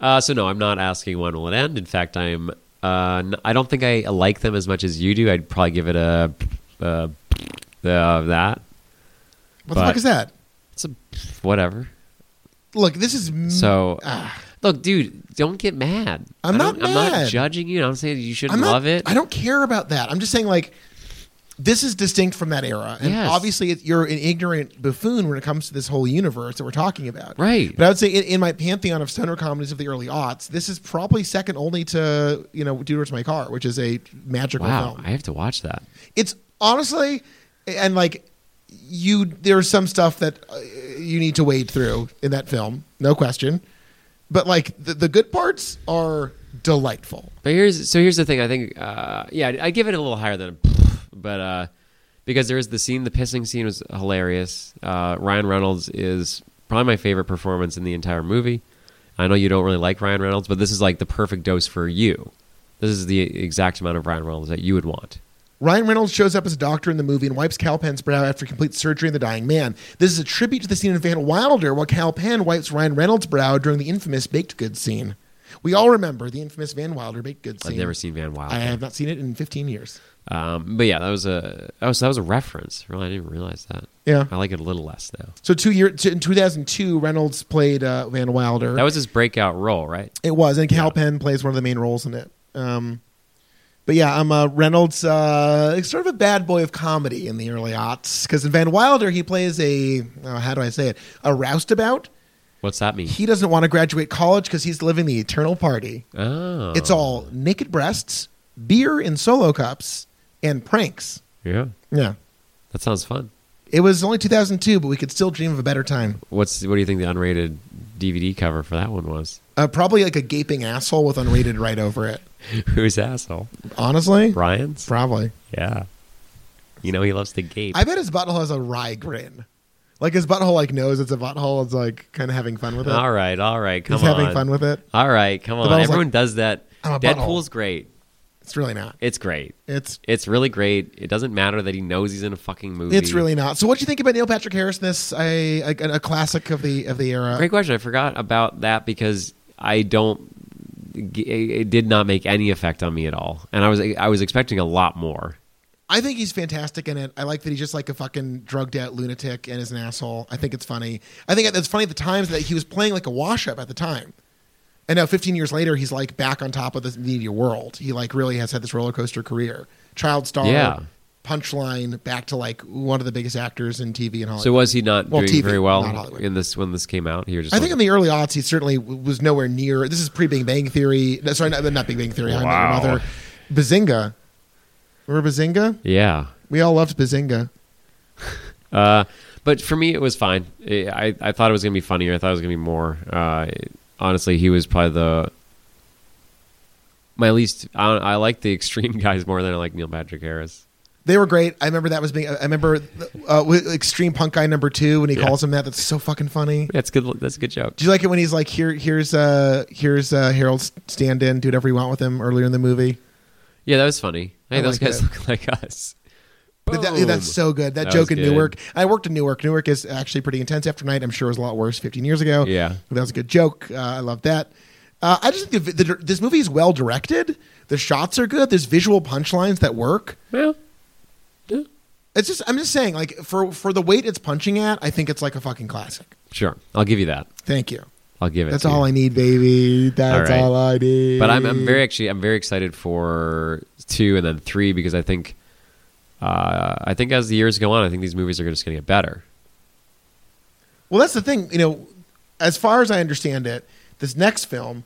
Uh, so no, I'm not asking when will it end. In fact, I'm. Uh, n- I don't think I like them as much as you do. I'd probably give it a. Uh, uh,
What the
that. But-
fuck is that?
It's a whatever.
Look, this is m-
So
Ah.
look, dude, don't get mad.
I'm
I
not
don't- I'm not
mad.
judging you. I'm saying you shouldn't
I'm not,
love it.
I don't care about that. I'm just saying like this is distinct from that era, and
Yes.
obviously it, you're an ignorant buffoon when it comes to this whole universe that we're talking about.
Right.
But I would say in, in my pantheon of stoner comedies of the early aughts, this is probably second only to you know Dude Where's My Car, which is a magical
Wow,
film.
I have to watch that.
it's honestly and like you there's some stuff that uh, you need to wade through in that film no question but like the, the good parts are delightful
But here's so here's the thing. I think uh, yeah, I give it a little higher than a, but uh, because there is the scene, the pissing scene was hilarious. Uh, Ryan Reynolds is probably my favorite performance in the entire movie. I know you don't really like Ryan Reynolds, but this is like the perfect dose for you. This is the exact amount of Ryan Reynolds that you would want.
Ryan Reynolds shows up as a doctor in the movie and wipes Cal Penn's brow after complete surgery on the dying man. This is a tribute to the scene in Van Wilder while Cal Penn wipes Ryan Reynolds' brow during the infamous baked goods scene. We all remember the infamous Van Wilder baked goods scene.
I've never seen Van Wilder.
I have not seen it in 15 years.
Um, but yeah, that was a oh, so that was a reference. Really, I didn't realize that.
Yeah.
I like it a little less now.
So two year, in 2002, Reynolds played uh, Van Wilder.
That was his breakout role, right?
It was, and Cal Penn plays one of the main roles in it. Um, but yeah, I'm uh, Reynolds, uh, is sort of a bad boy of comedy in the early aughts, because in Van Wilder he plays a uh, how do I say it a roustabout.
What's that mean?
He doesn't want to graduate college because he's living the eternal party.
Oh,
It's all naked breasts, beer in solo cups, and pranks.
yeah.
Yeah,
That sounds fun.
it was only 2002, but we could still dream of a better time.
What's what do you think the unrated DVD cover for that one was?
Uh, probably like a gaping asshole with unrated right over it.
Whose asshole?
Honestly,
Brian's.
probably.
Yeah. You know he loves to gape.
I bet his butthole has a wry grin. Like his butthole like knows it's a butthole. It's like kind of having fun with it.
all right, all right, come
He's
on.
having fun with it.
all right, come on.
butthole's like,
Everyone does that.
"I'm a butthole."
Deadpool's great.
It's really not.
It's great.
It's
It's really great. It doesn't matter that he knows he's in a fucking movie.
it's really not. So what do you think about Neil Patrick Harris? in This a, a a classic of the of the era.
great question. I forgot about that because I don't. It did not make any effect on me at all, and I was I was expecting a lot more.
I think he's fantastic in it. I like that he's just like a fucking drugged out lunatic and is an asshole. I think it's funny. I think it's funny at the times that he was playing like a wash up at the time. And now 15 years later, he's like back on top of the media world. He like really has had this roller coaster career. Child star,
Yeah.
punchline, back to like one of the biggest actors in TV and Hollywood.
So was he not
Well,
doing
TV,
very
not
well
Hollywood.
in this when this came out? He was just
I think
like-
in the early aughts, he certainly w- was nowhere near. This is pre Big Bang Theory. No, sorry, not, not Big Bang Theory. I
Wow.
Met Your Mother. Bazinga. Remember Bazinga?
yeah.
We all loved Bazinga.
Uh, but for me, it was fine. I, I, I thought it was going to be funnier. I thought it was going to be more. Uh, honestly, he was probably the my least. I, don't- I like the extreme guys more than I like Neil Patrick Harris.
They were great. I remember that was being. I remember uh, with Extreme Punk Guy number two when he
Yeah.
calls him that. That's so fucking funny.
That's good. That's a good joke.
Do you like it when he's like, here, here's, uh, here's uh, Harold stand-in, do whatever you want with him earlier in the movie.
Yeah, that was funny. Hey,
I
those
like
guys
that.
look like us.
But that-
Boom.
that's so good. That,
That
joke
was
in
good.
Newark. I worked in Newark. Newark is actually pretty intense after night. I'm sure it was a lot worse 15 years ago.
Yeah.
But that was a good joke. Uh, I love that. Uh, I just think the, the, this movie is well directed. The shots are good. There's visual punchlines that work.
Well, yeah,
It's just I'm just saying like for for the weight it's punching at, I think it's like a fucking classic.
sure. I'll give you that.
Thank you.
I'll give it.
That's
to you.
all I need, baby. That's
All right.
all I need.
But I'm, I'm very actually I'm very excited for two and then three because I think uh, I think as the years go on, I think these movies are just going to get better.
Well, that's the thing. You know, as far as I understand it, this next film,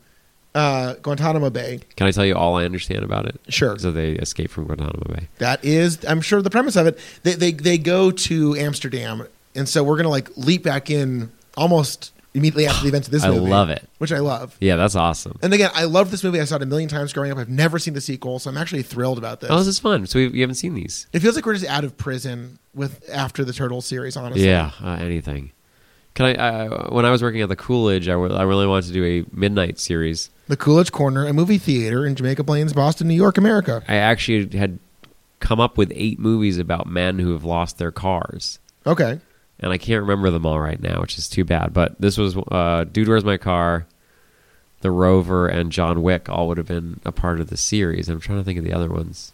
uh, Guantanamo Bay,
Can I tell you all I understand about it?
Sure.
So they escape from Guantanamo Bay.
that is, I'm sure, the premise of it. They they, they go to Amsterdam, and so we're gonna like leap back in almost immediately after the events of this
I
movie.
love it.
which I love.
Yeah, that's awesome.
And again, I love this movie. I saw it a million times growing up. I've never seen the sequel, so I'm actually thrilled about this.
Oh, this is fun. So we, you haven't seen these?
It feels like we're just out of prison with after the turtle series, honestly.
Yeah, uh, anything. Can I? I when I was working at the Coolidge, I wa- I really wanted to do a midnight series.
The Coolidge Corner, a movie theater in Jamaica Plains, Boston, New York, America.
I actually had come up with eight movies about men who have lost their cars.
Okay.
and I can't remember them all right now, which is too bad. But this was uh, Dude, Where's My Car, The Rover, and John Wick all would have been a part of the series. I'm trying to think of the other ones.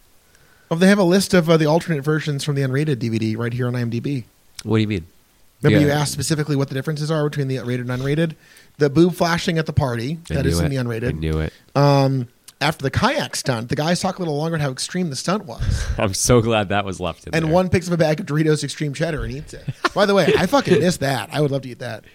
Oh, they have a list of uh, the alternate versions from the unrated DVD right here on IMDb.
What do you mean?
Remember, you
Yeah.
asked specifically what the differences are between the rated and unrated. The boob flashing at the party,
I
that is
knew
in the
it. I
unrated.
knew it.
Um, after the kayak stunt, the guys talk a little longer on how extreme the stunt was.
I'm so glad that was left in
And
there.
one picks up a bag of Doritos Extreme Cheddar and eats it. By the way, I fucking miss that. I would love to eat that.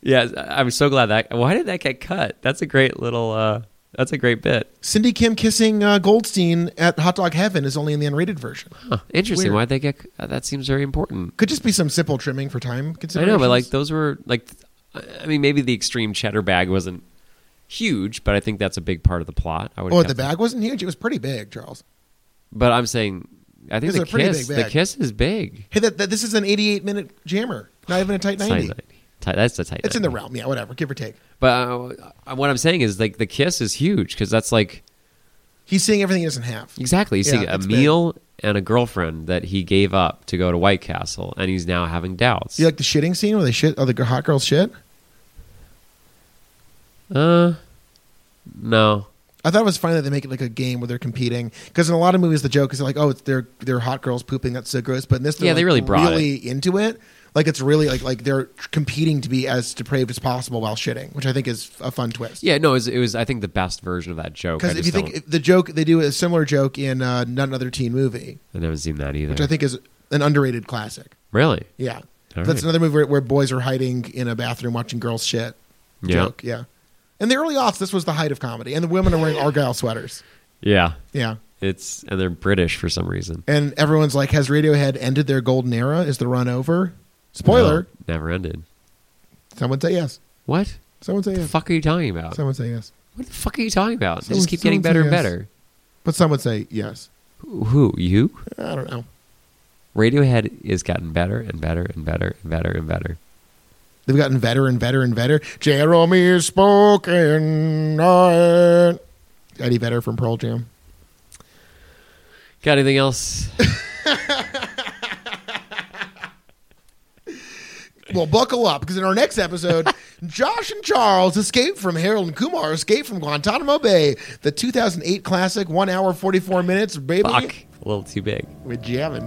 yeah, I'm so glad that. Why did that get cut? That's a great little. Uh, that's a great bit.
Cindy Kim kissing uh, Goldstein at Hot Dog Heaven is only in the unrated version.
Huh, interesting.
Weird.
Why'd they get? Uh, that seems very important.
Could just be some simple trimming for time
I
consideration.
know, but like those were like. I mean, maybe the extreme cheddar bag wasn't huge, but I think that's a big part of the plot. I would.
oh, the bag wasn't huge. It was pretty big, Charles.
But I'm saying, I think
It's
the
a pretty
kiss,
big
the
bag.
kiss is big.
Hey, that, that this is an 88 minute jammer, not even a tight
It's
90.
tight 90. Tight- That's the tight.
It's in the
90.
realm, yeah, whatever, give or take.
But uh, what I'm saying is, like, the kiss is huge because that's like
He's seeing everything he doesn't have.
exactly he's
Yeah,
seeing a
it's big.
meal and a girlfriend that he gave up to go to White Castle, and he's now having doubts.
You like the shitting scene where they shit, or the hot girls shit?
Uh, no.
I thought it was funny that they make it like a game where they're competing because in a lot of movies the joke is like, oh, it's they're they're hot girls pooping, that's so gross. But in this, they're,
Yeah, they
like,
really brought
really into it. Like it's really like like they're competing to be as depraved as possible while shitting, which I think is a fun twist.
Yeah, no. It was, it was I think the best version of that joke. I
Because if
just
you think
don't-
if the joke, they do a similar joke in uh, not another teen movie,
I haven't seen that either.
which I think is an underrated classic.
really.
Yeah,
All
that's
right.
another movie where, where boys are hiding in a bathroom watching girls shit.
Yeah.
Joke, yeah. In the early aughts, this was the height of comedy, and the women are wearing argyle sweaters.
Yeah,
Yeah,
it's and they're British for some reason.
and everyone's like, "Has Radiohead ended their golden era? Is the run over?" Spoiler.
No, never ended.
Someone say yes.
What
Someone say
the
yes.
fuck are you talking about?
Someone say yes.
What the fuck are you talking about? They
Someone-
just keep getting
someone say
better and
yes.
better.
But someone say yes.
Who- Who? You?
I don't know.
Radiohead has gotten better and better and better and better and better.
They've gotten better and better and better. Jeremy spoken. uh, Eddie Vedder from Pearl Jam.
Got anything else?
Well, buckle up because in our next episode, Josh and Charles escape from Harold and Kumar escape from Guantanamo Bay, the 2008 classic, one hour 44 minutes, baby.
Fuck. A little too big.
We're jamming.